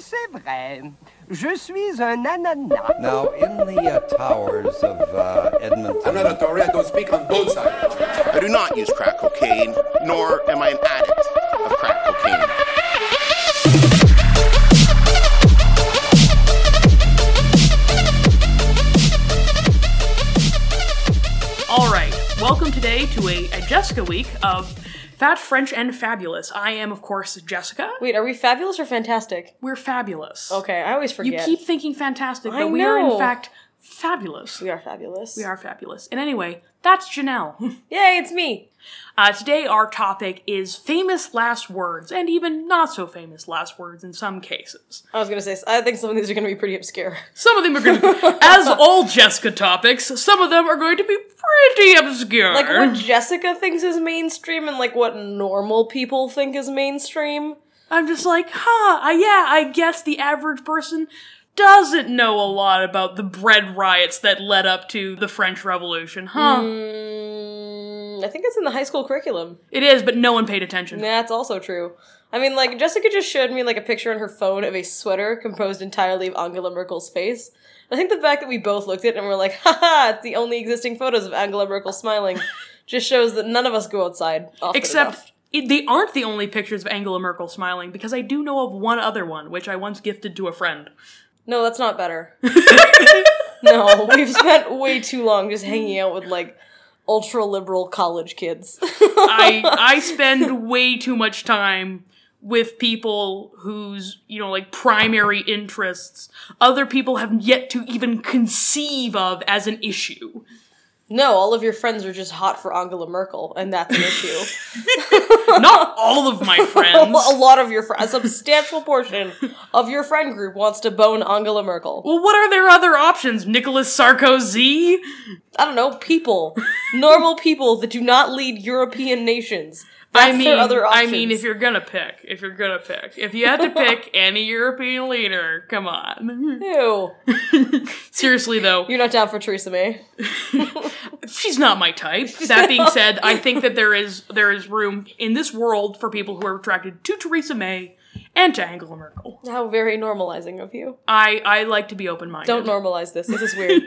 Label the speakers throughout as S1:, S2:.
S1: c'est vrai. Je suis un ananas.
S2: Now, in the uh, towers of uh,
S3: I'm not
S2: Edmonton,
S3: a Tory. I don't speak on both sides.
S4: I do not use crack cocaine, nor am I an addict of crack cocaine.
S5: All right, welcome today to a, a Jessica week of Fat, French, and Fabulous. I am, of course, Jessica.
S6: Wait, are we fabulous or fantastic?
S5: We're fabulous.
S6: Okay, I always
S5: You
S6: forget.
S5: keep thinking fantastic, but
S6: I
S5: we are, in
S6: know.
S5: fact, fabulous.
S6: We are fabulous.
S5: We are fabulous. And anyway, that's Janelle.
S6: Yay, it's me.
S5: Uh, today, our topic is famous last words, and even not so famous last words in some cases.
S6: I was gonna say, I think some of these are gonna be pretty obscure.
S5: Some of them are going to, as all Jessica topics, some of them are going to be pretty obscure.
S6: Like what Jessica thinks is mainstream and like what normal people think is mainstream.
S5: I'm just like, huh, I, yeah, I guess the average person doesn't know a lot about the bread riots that led up to the French Revolution, huh?
S6: Mm, I think it's in the high school curriculum.
S5: It is, but no one paid attention.
S6: That's also true. I mean, like Jessica just showed me like a picture on her phone of a sweater composed entirely of Angela Merkel's face. I think the fact that we both looked at it and were like, haha, it's the only existing photos of Angela Merkel smiling just shows that none of us go outside. Often enough.
S5: Except it, they aren't the only pictures of Angela Merkel smiling, because I do know of one other one, which I once gifted to a friend.
S6: No, that's not better. no, we've spent way too long just hanging out with like ultra liberal college kids.
S5: I I spend way too much time with people whose you know like primary interests other people have yet to even conceive of as an issue.
S6: no, all of your friends are just hot for Angela Merkel, and that's an issue.
S5: Not all of my friends.
S6: a lot of your friends, a substantial portion of your friend group wants to bone Angela Merkel.
S5: Well, what are their other options? Nicolas Sarkozy?
S6: I don't know, people, normal people that do not lead European nations. That's
S5: I mean,
S6: their other
S5: I
S6: options.
S5: mean, if you're gonna pick, if you're gonna pick, if you had to pick any European leader, come on.
S6: Ew.
S5: Seriously though,
S6: you're not down for Theresa May.
S5: she's not my type. That being said, I think that there is there is room in this world for people who are attracted to Theresa May and to Angela Merkel.
S6: How very normalizing of you.
S5: I I like to be open minded.
S6: Don't normalize this. This is weird.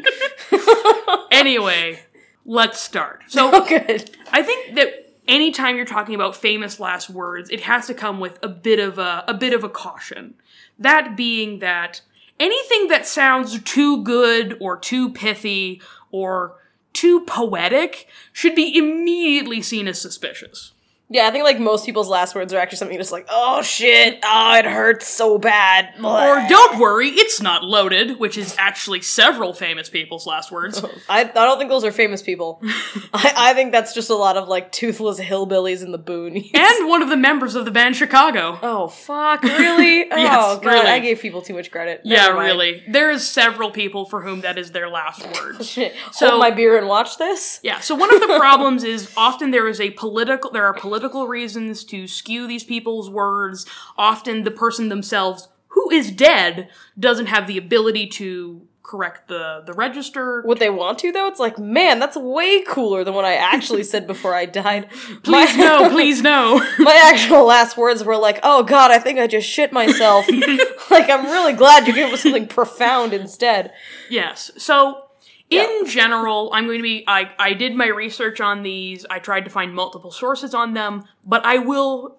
S5: Anyway, let's start. So
S6: oh, good.
S5: I think that anytime you're talking about famous last words, it has to come with a bit of a, a bit of a caution. That being that anything that sounds too good or too pithy or too poetic should be immediately seen as suspicious.
S6: Yeah, I think like most people's last words are actually something just like, "Oh shit, oh it hurts so bad."
S5: Or
S6: Blah.
S5: don't worry, it's not loaded, which is actually several famous people's last words.
S6: I, I don't think those are famous people. I, I think that's just a lot of like toothless hillbillies in the boonies.
S5: And one of the members of the band Chicago.
S6: oh fuck, really? oh god,
S5: really.
S6: I gave people too much credit.
S5: yeah,
S6: Never mind.
S5: really. There is several people for whom that is their last word.
S6: Shit.
S5: So-
S6: Hold my beer and watch this.
S5: Yeah. So one of the problems is often there is a political there are political reasons to skew these people's words. Often the person themselves who is dead doesn't have the ability to correct the the register.
S6: Would they want to though? It's like, man, that's way cooler than what I actually said before I died.
S5: Please
S6: My-
S5: no, please no.
S6: my actual last words were like, "Oh God, I think I just shit myself." like I'm really glad you gave us something profound instead.
S5: yes. So in general, I'm going to be I I did my research on these. I tried to find multiple sources on them, but I will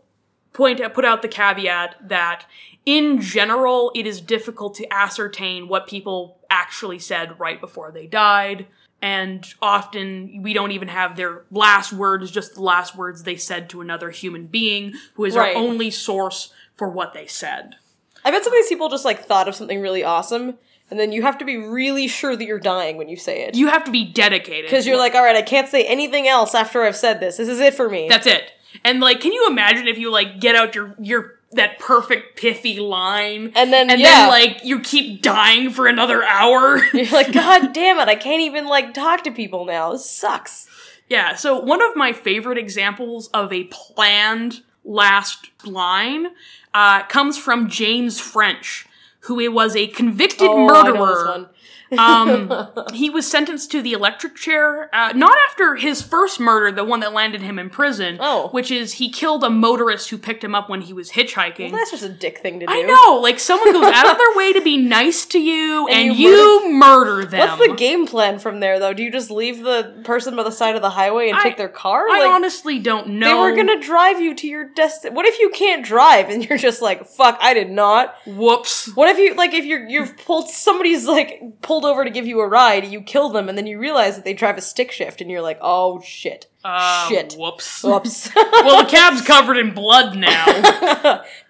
S5: point put out the caveat that in general, it is difficult to ascertain what people actually said right before they died. And often we don't even have their last words, just the last words they said to another human being who is
S6: Right.
S5: our only source for what they said.
S6: I bet some of these people just like thought of something really awesome, and then you have to be really sure that you're dying when you say it.
S5: You have to be dedicated.
S6: Because you're like, all right, I can't say anything else after I've said this. This is it for me.
S5: That's it. And like, can you imagine if you like get out your your that perfect pithy line,
S6: And then-
S5: and
S6: yeah.
S5: then like you keep dying for another hour?
S6: you're like, God damn it, I can't even like talk to people now. This sucks.
S5: yeah. So one of my favorite examples of a planned last line uh, comes from James French, who was a convicted
S6: Oh, I know this
S5: murderer
S6: one.
S5: Um, he was sentenced to the electric chair, uh, not after his first murder, the one that landed him in prison,
S6: Oh.
S5: which is he killed a motorist who picked him up when he was hitchhiking.
S6: That's just a dick thing to do.
S5: I know, like someone goes out of their way to be nice to you, and,
S6: And you
S5: you, murder them.
S6: What's the game plan from there, though? Do you just leave the person by the side of the highway and
S5: I-
S6: take their car?
S5: I
S6: Like,
S5: honestly don't know.
S6: They were gonna drive you to your destiny. What if you can't drive and you're just like, "Fuck, I did not."
S5: Whoops.
S6: What if you like if you're you've pulled somebody's like pulled over to give you a ride, you kill them, and then you realize that they drive a stick shift, and you're like, "Oh shit,
S5: Uh,
S6: shit,
S5: Whoops.
S6: whoops."
S5: well, the cab's covered in blood now.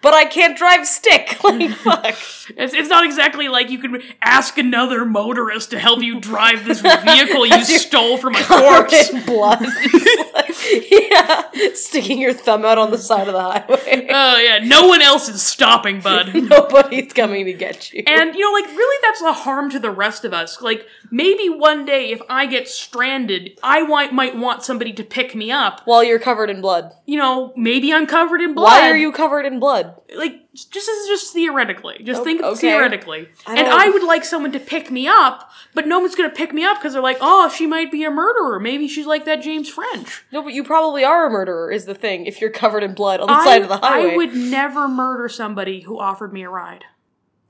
S6: but I can't drive stick. Like fuck.
S5: It's, it's not exactly like you can ask another motorist to help you drive this vehicle you stole from a corpse.
S6: Covered in blood. yeah, sticking your thumb out on the side of the highway.
S5: Oh yeah, no one else is stopping, bud.
S6: Nobody's coming to get you.
S5: And you know, like really, that's a harm to the rest of us. Like maybe one day, if I get stranded, I might might want somebody to pick me up.
S6: While you're covered in blood.
S5: You know, maybe I'm covered in blood.
S6: Why are you covered in blood?
S5: like just this is just theoretically. Just
S6: O-
S5: think
S6: okay.
S5: theoretically.
S6: I
S5: and
S6: don't-
S5: I would like someone to pick me up, but no one's gonna pick me up because they're like, oh, she might be a murderer. Maybe she's like that James French.
S6: No, but you probably are a murderer, is the thing, if you're covered in blood on the
S5: I,
S6: side of the highway.
S5: I would never murder somebody who offered me a ride.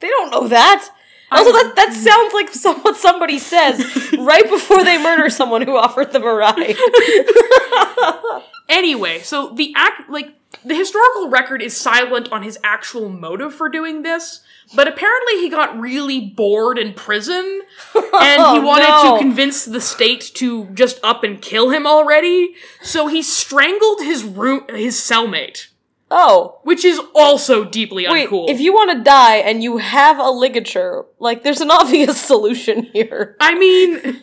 S6: They don't know that. Also, that, that sounds like some, what somebody says right before they murder someone who offered them a ride.
S5: Anyway, so the act like the historical record is silent on his actual motive for doing this, but apparently he got really bored in prison and he
S6: Oh,
S5: wanted
S6: no.
S5: to convince the state to just up and kill him already, so he strangled his room his cellmate,
S6: Oh,
S5: which is also deeply
S6: wait.
S5: uncool.
S6: If you want to die and you have a ligature, like, there's an obvious solution here.
S5: I mean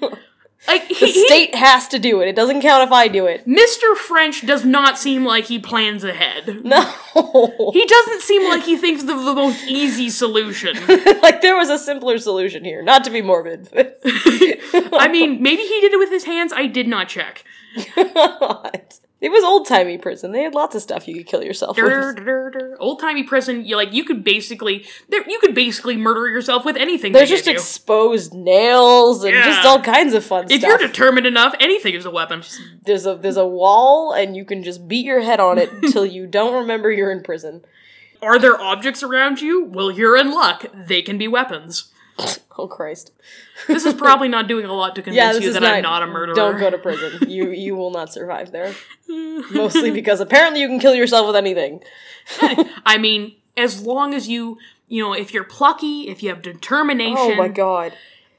S5: like he,
S6: The
S5: he-
S6: state has to do it. It doesn't count if I do it.
S5: Mr. French does not seem like he plans ahead.
S6: No.
S5: He doesn't seem like he thinks of the most easy solution.
S6: like, there was a simpler solution here. Not to be morbid, but.
S5: I mean, maybe he did it with his hands. I did not check.
S6: God. It was old timey prison. They had lots of stuff you could kill yourself with.
S5: Old timey prison. You like you could basically there you could basically murder yourself with anything.
S6: There's
S5: they
S6: just
S5: give you.
S6: exposed nails and just
S5: Yeah.
S6: all kinds of fun
S5: if
S6: stuff.
S5: you're determined enough, anything is a weapon.
S6: there's a there's a wall and you can just beat your head on it until you don't remember you're in prison.
S5: Are there objects around you? Well, you're in luck. They can be weapons.
S6: Oh Christ.
S5: This is probably not doing a lot to convince
S6: Yeah, this
S5: you
S6: is
S5: that
S6: not,
S5: I'm not a murderer.
S6: Don't go to prison. You you will not survive there. Mostly because apparently you can kill yourself with anything.
S5: I mean, as long as you you know, if you're plucky, if you have determination.
S6: Oh my god.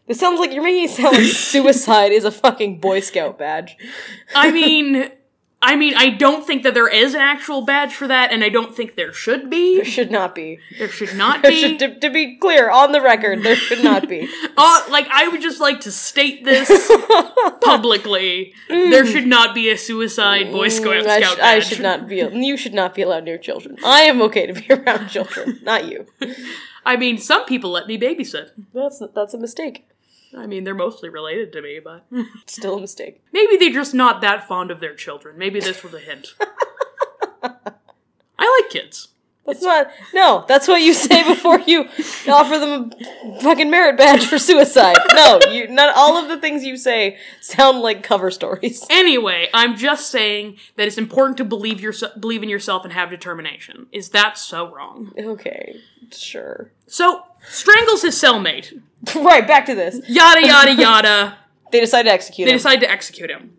S6: This sounds like you're making it sound like suicide is a fucking Boy Scout badge.
S5: I mean. I mean, I don't think that there is an actual badge for that, and I don't think there should be.
S6: Should not be.
S5: There should not
S6: There
S5: be.
S6: should- to, to be clear, on the record, there should not be.
S5: Uh, like I would just like to state this publicly. There should not be a suicide Boy Scout
S6: Mm. I,
S5: Scout
S6: sh- I
S5: badge.
S6: should not be. You should not be allowed near children. I am okay to be around children, not you.
S5: I mean, some people let me babysit.
S6: That's that's a mistake.
S5: I mean, they're mostly related to me, but
S6: Still a mistake.
S5: maybe they're just not that fond of their children. Maybe this was a hint. I like kids.
S6: That's not. No, that's what you say before you offer them a fucking merit badge for suicide. No, you. Not all of the things you say sound like cover stories.
S5: Anyway, I'm just saying that it's important to believe yourself, believe in yourself, and have determination. Is that so wrong?
S6: Okay, sure.
S5: So strangles his cellmate.
S6: Right, back to this.
S5: Yada yada yada.
S6: They decide to execute
S5: They
S6: him.
S5: decide to execute him.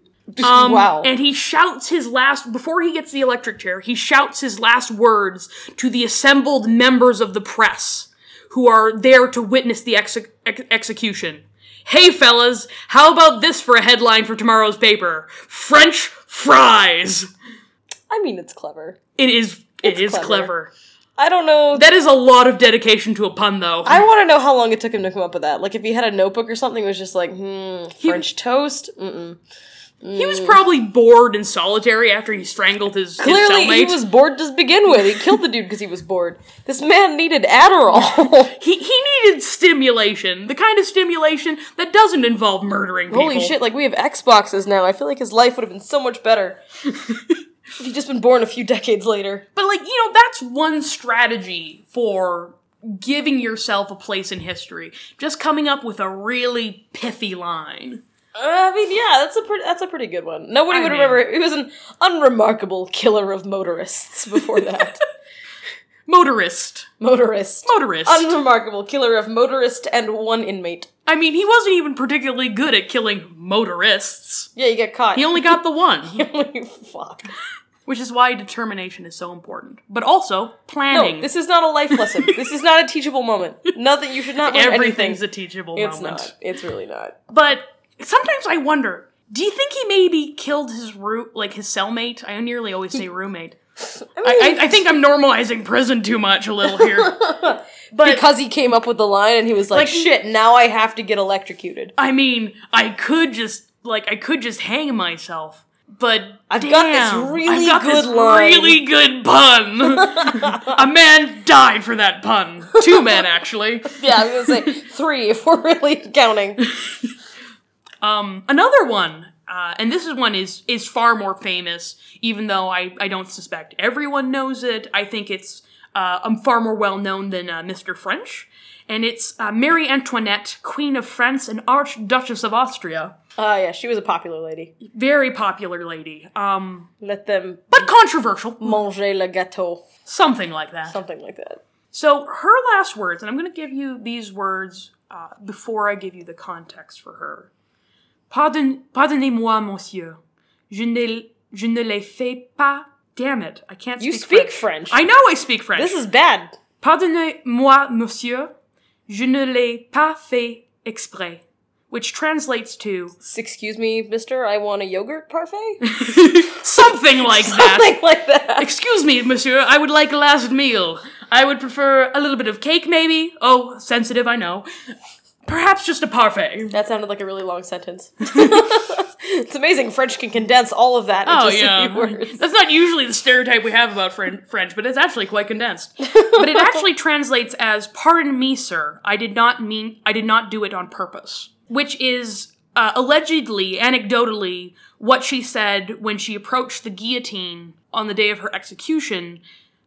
S5: Um,
S6: wow.
S5: And he shouts his last, before he gets the electric chair, he shouts his last words to the assembled members of the press who are there to witness the exec- ex- execution. Hey, fellas, how about this for a headline for tomorrow's paper? French fries!
S6: I mean, it's clever.
S5: It is, it's
S6: clever.
S5: clever.
S6: I don't know.
S5: That is a lot of dedication to a pun, though.
S6: I want to know how long it took him to come up with that. Like, if he had a notebook or something, it was just like, hmm, French toast. Mm-mm.
S5: he was probably bored and solitary after he strangled his, his
S6: Clearly, he
S5: cellmate.
S6: was bored to begin with. He killed the dude because he was bored. This man needed Adderall.
S5: He, he needed stimulation, the kind of stimulation that doesn't involve murdering people.
S6: Holy shit! Like, we have Xboxes now. I feel like his life would have been so much better if he'd just been born a few decades later.
S5: But like, you know, that's one strategy for giving yourself a place in history, just coming up with a really pithy line.
S6: Uh, I mean, yeah, that's a pretty that's a pretty good one. Nobody
S5: I
S6: would
S5: mean-
S6: remember. He was an unremarkable killer of motorists before that.
S5: Motorist.
S6: motorist,
S5: Motorist.
S6: unremarkable killer of motorist and one inmate.
S5: I mean, he wasn't even particularly good at killing motorists.
S6: Yeah, you get caught.
S5: He only got the one,
S6: fuck.
S5: which is why determination is so important. But also planning.
S6: No, this is not a life lesson. this is not a teachable moment. Nothing. You should not learn
S5: Everything's
S6: anything.
S5: a teachable
S6: it's
S5: moment.
S6: not. It's really not.
S5: But sometimes I wonder, do you think he maybe killed his root like his cellmate? I nearly always say roommate. I, I, I think I'm normalizing prison too much a little here. But
S6: Because he came up with the line and he was like,
S5: Like-
S6: "Shit, now I have to get electrocuted.
S5: I mean, I could just like I could just hang myself. But
S6: I've
S5: damn,
S6: got this
S5: I've
S6: really
S5: got
S6: good
S5: this
S6: line.
S5: really good pun. a man died for that pun. Two men actually.
S6: Yeah, I was gonna say three if we're really counting.
S5: Um, another one, uh, and this is one is is far more famous, even though I, I don't suspect everyone knows it. I think it's uh, um, far more well known than uh, Mr. French, and it's uh, Marie Antoinette, Queen of France and Archduchess of Austria.
S6: Ah, yeah, she was a popular lady.
S5: Very popular lady, um,
S6: Let them
S5: but controversial,
S6: manger le gâteau,
S5: something like that.
S6: something like that.
S5: So her last words, and I'm going to give you these words uh, before I give you the context for her. Pardon, pardonnez-moi, monsieur. Je ne, je ne les fais pas. Damn it, I can't.
S6: You
S5: speak,
S6: speak French.
S5: I know I speak French.
S6: This is bad.
S5: pardonnez-moi, monsieur. Je ne l'ai pas fait exprès, which translates to
S6: Excuse me, Mister. I want a yogurt parfait.
S5: something like that.
S6: Something like that.
S5: Excuse me, monsieur, I would like a last meal. I would prefer a little bit of cake, maybe. Oh, sensitive, I know. Perhaps just a parfait.
S6: That sounded like a really long sentence. it's amazing French can condense all of that into
S5: Oh,
S6: just a
S5: yeah.
S6: few words.
S5: That's not usually the stereotype we have about Fren- French, but it's actually quite condensed. But it actually translates as "Pardon me, sir. I did not mean I did not do it on purpose," which is uh, allegedly, anecdotally, what she said when she approached the guillotine on the day of her execution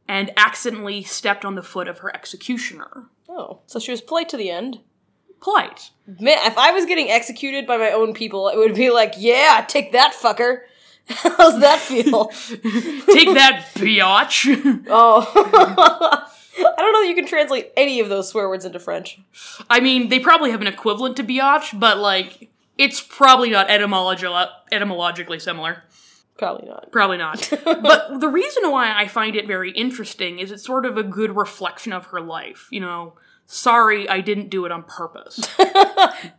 S5: and accidentally stepped on the foot of her executioner.
S6: Oh, so she was polite to the end.
S5: Polite.
S6: Man, if I was getting executed by my own people, it would be like, yeah, take that fucker. How's that feel?
S5: Take that, biatch.
S6: oh. I don't know that you can translate any of those swear words into French.
S5: I mean, they probably have an equivalent to biatch, but like, it's probably not etymologi- etymologically similar.
S6: Probably not.
S5: Probably not. but the reason why I find it very interesting is it's sort of a good reflection of her life. You know, sorry, I didn't do it on purpose.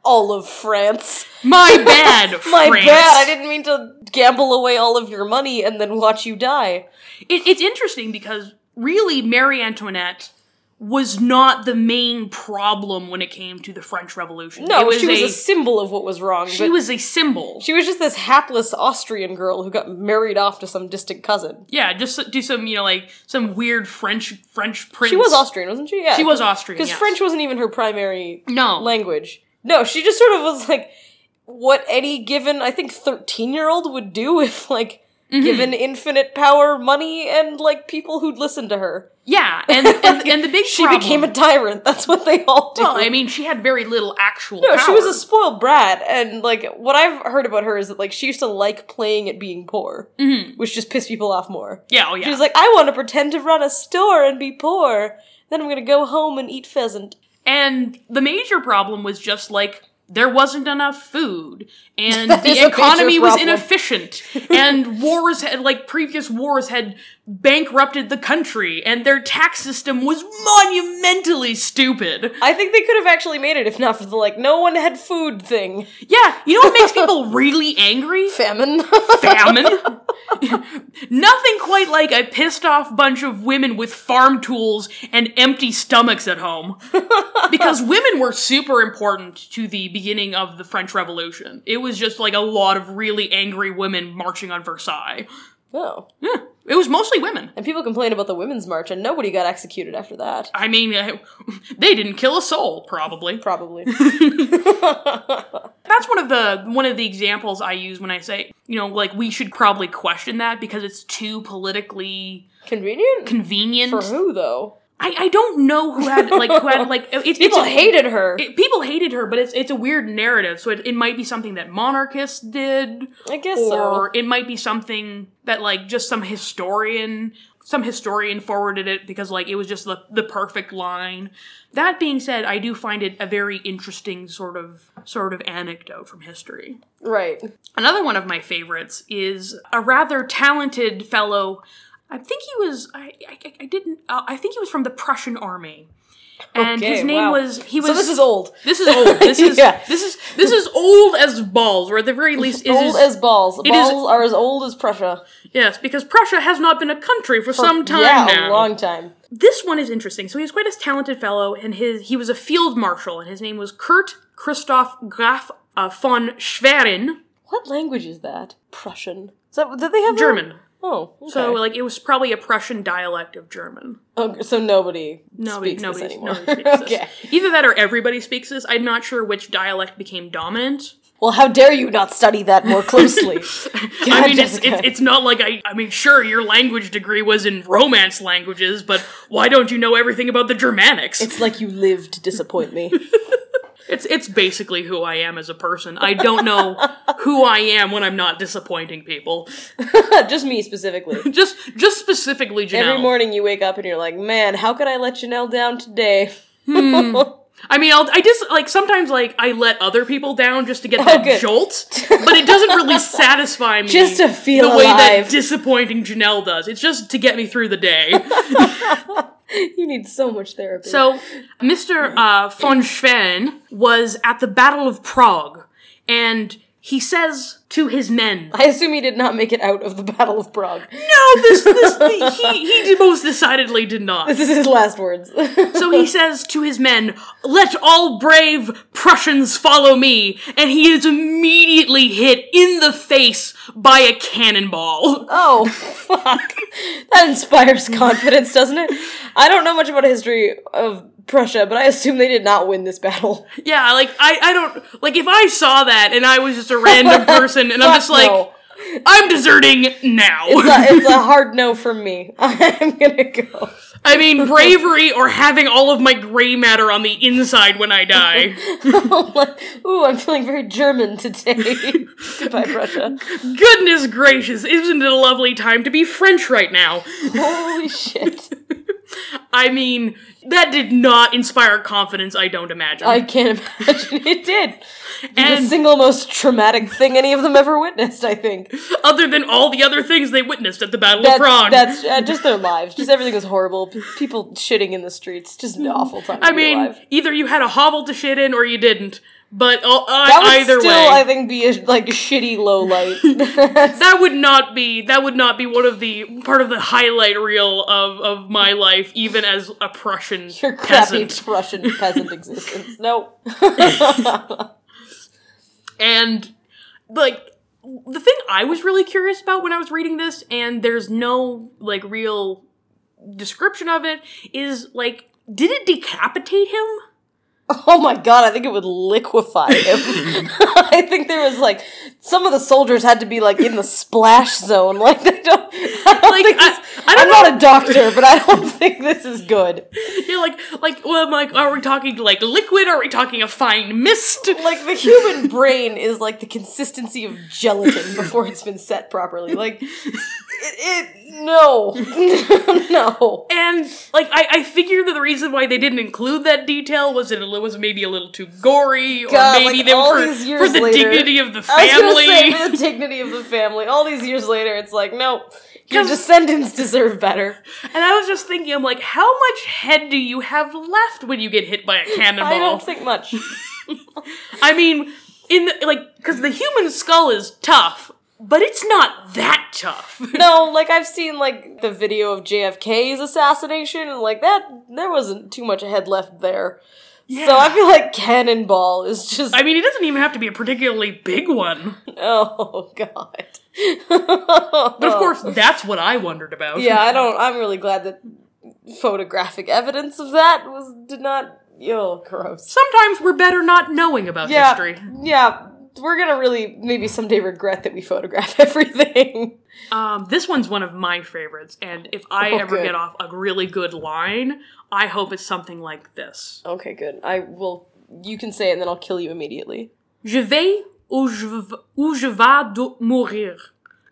S6: All of France.
S5: My bad,
S6: My
S5: France.
S6: bad, I didn't mean to gamble away all of your money and then watch you die.
S5: it, it's interesting because really Marie Antoinette was not the main problem when it came to the French Revolution.
S6: No,
S5: it was
S6: she was a,
S5: a,
S6: symbol of what was wrong.
S5: she
S6: but
S5: was a symbol.
S6: she was just this hapless Austrian girl who got married off to some distant cousin.
S5: Yeah, just do some, you know, like some weird French French prince.
S6: She was Austrian, wasn't she? Yeah.
S5: She was Austrian.
S6: Because
S5: yes.
S6: French wasn't even her primary
S5: No.
S6: language. No, she just sort of was like what any given, I think, 13 year old would do if, like,
S5: Mm-hmm.
S6: given infinite power, money, and, like, people who'd listen to her.
S5: yeah, and and, and the big
S6: She
S5: problem-
S6: became a tyrant. That's what they all do.
S5: Well, I mean, she had very little actual.
S6: no, she was
S5: power.
S6: a spoiled brat, and like what I've heard about her is that like she used to like playing at being poor, which just pissed people off more.
S5: yeah, oh Mm-hmm. yeah.
S6: She was like, I want to pretend to run a store and be poor. Then I'm gonna go home and eat pheasant.
S5: and the major problem was just like there wasn't enough food, and
S6: That is a
S5: the
S6: major
S5: economy was
S6: problem.
S5: inefficient, and wars had like previous wars had bankrupted the country, and their tax system was monumentally stupid.
S6: I think they could have actually made it if not for the like no one had food thing.
S5: Yeah, you know what makes people really angry?
S6: Famine.
S5: famine. Nothing quite like a pissed off bunch of women with farm tools and empty stomachs at home. because women were super important to the beginning of the French Revolution. It was just like a lot of really angry women marching on Versailles.
S6: no.
S5: Yeah, it was mostly women.
S6: And people complained about the women's march and nobody got executed after that.
S5: I mean, eh, they didn't kill a soul, probably.
S6: Probably.
S5: That's one of the one of the examples I use when I say, you know, like we should probably question that because it's too politically
S6: Convenient?
S5: convenient
S6: for who though?
S5: I, I don't know who had like who had like it, it's
S6: People
S5: a-
S6: hated her.
S5: it- people hated her, but it's it's a weird narrative, so it, it might be something that monarchists did,
S6: I guess so.
S5: or it might be something that like just some historian some historian forwarded it because like it was just the, the perfect line. That being said, I do find it a very interesting sort of sort of anecdote from history.
S6: Right.
S5: Another one of my favorites is a rather talented fellow. I think he was. I, I, I didn't. Uh, I think he was from the Prussian army, and
S6: Okay,
S5: his name
S6: wow.
S5: was. He was.
S6: So this is old.
S5: This is old. This is
S6: Yeah.
S5: this is this is old as balls, or at the very least, it is
S6: old as balls.
S5: is-
S6: Balls are as old as Prussia.
S5: yes, because Prussia has not been a country for, some time
S6: yeah,
S5: now.
S6: a long time.
S5: this one is interesting. So he was quite a talented fellow, and his he was a field marshal, and his name was Kurt Christoph Graf uh, von Schwerin,
S6: What language is that? Prussian. Is that did they have that?
S5: German.
S6: Oh, okay.
S5: So like it was probably a Prussian dialect of German.
S6: Oh, so nobody
S5: Nobody,
S6: speaks
S5: nobody,
S6: this anymore.
S5: nobody speaks this.
S6: okay.
S5: Either that or everybody speaks this. I'm not sure which dialect became dominant.
S6: Well, how dare you not study that more closely?
S5: I mean, it's,
S6: Jessica.
S5: it's it's not like I. I mean, sure, your language degree was in Romance languages, but why don't you know everything about the Germanics? It's
S6: it's like you live to disappoint me.
S5: it's, basically who I am as a person. I don't know who I am when I'm not disappointing people.
S6: Just me specifically.
S5: Just just specifically Janelle.
S6: Every morning you wake up and you're like, man, how could I let Janelle down today?
S5: I mean, I'll, I just like sometimes like I let other people down just to get that
S6: Oh, good.
S5: jolt, but it doesn't really satisfy me.
S6: Just to feel
S5: the way
S6: alive.
S5: that disappointing Janelle does. It's just to get me through the day.
S6: You need so much therapy.
S5: so, Mr. Uh, von Schwen was at the Battle of Prague, and he says to his men,
S6: I assume he did not make it out of the Battle of Prague.
S5: "No, this, this he he most decidedly did not."
S6: This is his last words.
S5: So he says to his men, Let all brave Prussians follow me, and he is immediately hit in the face by a cannonball.
S6: oh, fuck. That inspires confidence, doesn't it? I don't know much about a history of Prussia, but I assume they did not win this battle.
S5: Yeah, like I, I don't like if I saw that and I was just a random person and I'm
S6: Fuck
S5: just like
S6: no.
S5: I'm deserting now.
S6: It's a, it's a hard no from me. I'm gonna go.
S5: I mean bravery or having all of my gray matter on the inside when I die.
S6: Ooh, I'm feeling very German today. Goodbye, Prussia.
S5: Goodness gracious, isn't it a lovely time to be French right now?
S6: Holy shit.
S5: I mean, that did not inspire confidence, I don't imagine.
S6: I can't imagine it did. the
S5: And-
S6: single most traumatic thing any of them ever witnessed, I think.
S5: other than all the other things they witnessed at the Battle
S6: That's,
S5: of Prague.
S6: that's uh, just their lives. Just everything was horrible. P- People shitting in the streets. Just an awful time. to
S5: I
S6: be
S5: mean,
S6: alive.
S5: either you had a hovel to shit in or you didn't. But uh,
S6: that would
S5: either
S6: still,
S5: way,
S6: I think, be a like shitty low light.
S5: that would not be that would not be one of the part of the highlight reel of of my life, even as a Prussian
S6: Your crappy
S5: peasant.
S6: Prussian peasant existence. No.
S5: And like the thing I was really curious about when I was reading this, and there's no like real description of it, is like, did it decapitate him?
S6: Oh my god, I think it would liquefy him. I think there was like some of the soldiers had to be like in the splash zone. Like they don't. I don't
S5: Like
S6: think this-
S5: I, I don't
S6: I'm
S5: know.
S6: not a doctor, but I don't think this is good.
S5: Yeah, like, like, well, I'm like, are we talking like liquid? Are we talking a fine mist?
S6: Like the human brain is like the consistency of gelatin before it's been set properly. Like it, it no, no.
S5: And like, I, I figure that the reason why they didn't include that detail was that it was maybe a little too gory, or
S6: God,
S5: maybe
S6: like,
S5: they
S6: all
S5: were
S6: these
S5: for,
S6: years
S5: for the
S6: later-
S5: dignity of the
S6: I was gonna
S5: family.
S6: say for the dignity of the family. All these years later, it's like no, your
S5: 'Cause-
S6: descendants deserve better.
S5: And I was just thinking, I'm like, how much head do you have left when you get hit by a cannonball?
S6: I don't think much.
S5: I mean, in the, like, because the human skull is tough, but it's not that tough.
S6: No, like I've seen like the video of JFK's assassination, and like that, there wasn't too much head left there. So I feel like cannonball is just
S5: I mean, it doesn't even have to be a particularly big one.
S6: oh god. Oh,
S5: But of course, that's what I wondered about.
S6: yeah, I don't. I'm really glad that photographic evidence of that was did not. Yo, gross.
S5: Sometimes we're better not knowing about
S6: Yeah,
S5: history.
S6: yeah. we're gonna really maybe someday regret that we photograph everything.
S5: Um, this one's one of my favorites, and if I
S6: Oh,
S5: ever
S6: good.
S5: get off a really good line, I hope it's something like this.
S6: okay, good. I will. You can say it, and then I'll kill you immediately.
S5: Je vais où je, v- où je vais de mourir.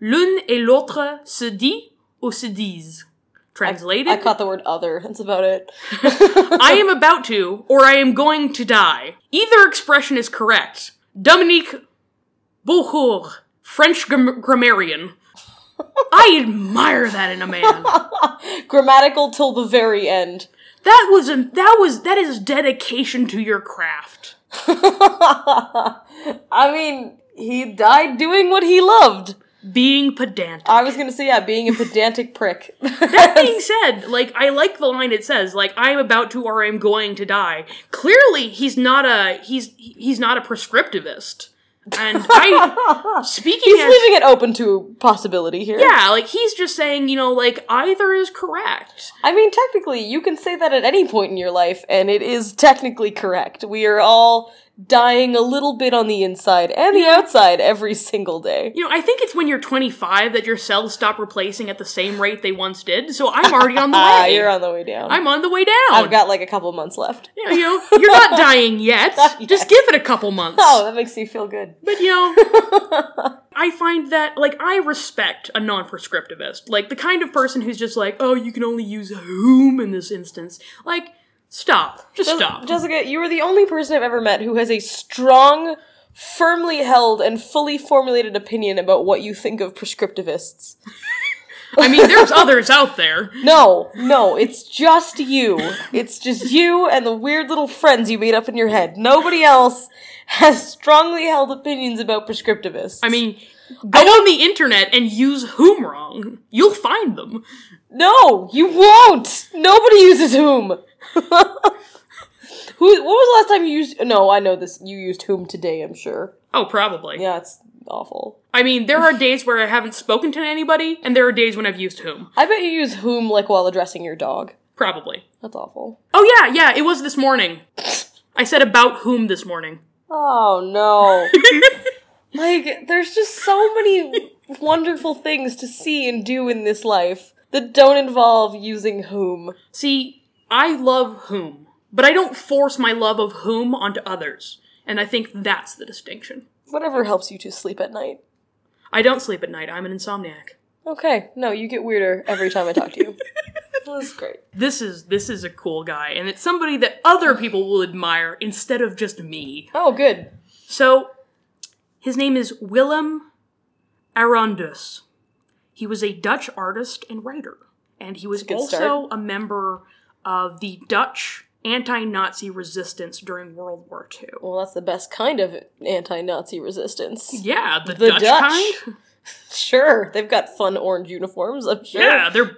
S5: L'une et l'autre se dit ou se disent. Translated,
S6: I caught the word "other." That's about it.
S5: I am about to, or I am going to die. Either expression is correct. Dominique Beaucourt, French gram- grammarian. I admire that in a man.
S6: Grammatical till the very end.
S5: That was a that was that is dedication to your craft.
S6: I mean, he died doing what he loved.
S5: Being pedantic.
S6: I was gonna say, yeah, being a pedantic prick.
S5: that being said, like I like the line it says, like I am about to or I am going to die. Clearly, he's not a he's he's not a prescriptivist. And I speaking
S6: He's
S5: as
S6: leaving it open to possibility here.
S5: yeah, like he's just saying, you know, like either is correct.
S6: I mean, technically, you can say that at any point in your life, and it is technically correct. We are all dying a little bit on the inside and the outside every single day.
S5: You know, I think it's when you're 25 that your cells stop replacing at the same rate they once did. So I'm already on the way.
S6: Ah, you're on the way down.
S5: I'm on the way down.
S6: I've got like a couple months left.
S5: you know, you know, you're not dying yet.
S6: Not yet.
S5: Just give it a couple months.
S6: Oh, that makes you feel good.
S5: But you know, I find that like I respect a non-prescriptivist, like the kind of person who's just like, oh, you can only use whom in this instance. Like, stop, just stop.
S6: Jessica, you are the only person I've ever met who has a strong, firmly held, and fully formulated opinion about what you think of prescriptivists.
S5: I mean, there's others out there.
S6: No, no, it's just you. It's just you and the weird little friends you made up in your head. Nobody else has strongly held opinions about prescriptivists.
S5: I mean, go on the internet and use whom wrong. You'll find them.
S6: no, you won't. Nobody uses whom. Who? What was the last time you used? No, I know this. You used whom today? I'm sure.
S5: Oh, probably.
S6: Yeah, it's awful.
S5: I mean, there are days where I haven't spoken to anybody, and there are days when I've used whom.
S6: I bet you use whom like while addressing your dog.
S5: Probably.
S6: That's awful.
S5: Oh yeah, yeah. It was this morning. I said about whom this morning.
S6: Oh no. like there's just so many wonderful things to see and do in this life that don't involve using whom.
S5: See, I love whom, but I don't force my love of whom onto others. And I think that's the distinction.
S6: Whatever helps you to sleep at night.
S5: I don't sleep at night, I'm an insomniac.
S6: Okay, no, you get weirder every time I talk to you. That's great.
S5: This is this is a cool guy, and it's somebody that other people will admire instead of just me.
S6: Oh, good.
S5: So his name is Willem Arundus. He was a Dutch artist and writer, and he was
S6: good
S5: also
S6: start.
S5: a member of the Dutch anti-Nazi resistance during World War II.
S6: Well, that's the best kind of anti-Nazi resistance.
S5: Yeah, the,
S6: The
S5: Dutch,
S6: Dutch.
S5: kind.
S6: Sure, they've got fun orange uniforms. I'm sure.
S5: Yeah, they're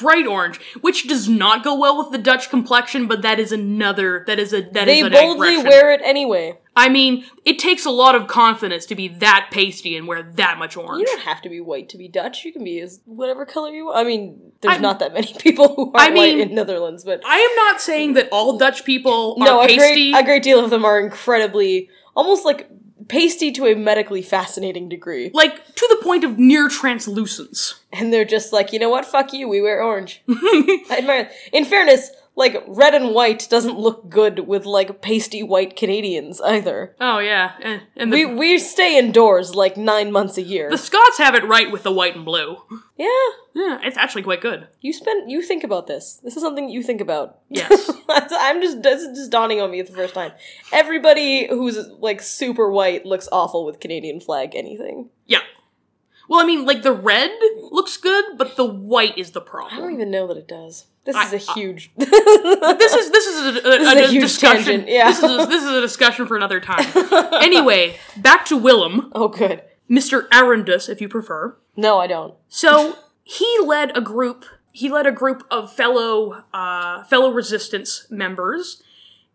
S5: bright orange, which does not go well with the Dutch complexion, but that is another that is a that is
S6: They
S5: a
S6: boldly
S5: digression.
S6: wear it anyway.
S5: I mean, it takes a lot of confidence to be that pasty and wear that much
S6: You
S5: orange.
S6: don't have to be white to be Dutch. You can be as whatever color you. I mean, there's
S5: I'm-
S6: not that many people who are
S5: I mean-
S6: white in Netherlands, but
S5: I am not saying that all Dutch people are
S6: no, a
S5: pasty.
S6: great a great deal of them are incredibly almost like pasty to a medically fascinating degree,
S5: like to the point of near translucence.
S6: and they're just like, you know what? Fuck you. We wear orange. I admire. In fairness, like red and white doesn't look good with like pasty white Canadians either.
S5: Oh yeah, and, and the,
S6: We we stay indoors like nine months a year.
S5: the Scots have it right with the white and blue.
S6: Yeah,
S5: Yeah, it's actually quite good.
S6: you spend you think about this. This is something you think about.
S5: Yes.
S6: I'm just this is just dawning on me the first time. Everybody who's like super white looks awful with Canadian flag anything.
S5: yeah. Well, I mean, like the red looks good, but the white is the problem.
S6: I don't even know that it does. This
S5: I-
S6: is a
S5: I-
S6: huge.
S5: this is this is a, a,
S6: is
S5: a
S6: a huge
S5: discussion.
S6: tangent, yeah.
S5: This is a, this is a discussion for another time. anyway, back to Willem,
S6: oh, good.
S5: Mr. Arundus, if you prefer.
S6: No, I don't.
S5: So he led a group. He led a group of fellow uh, fellow resistance members,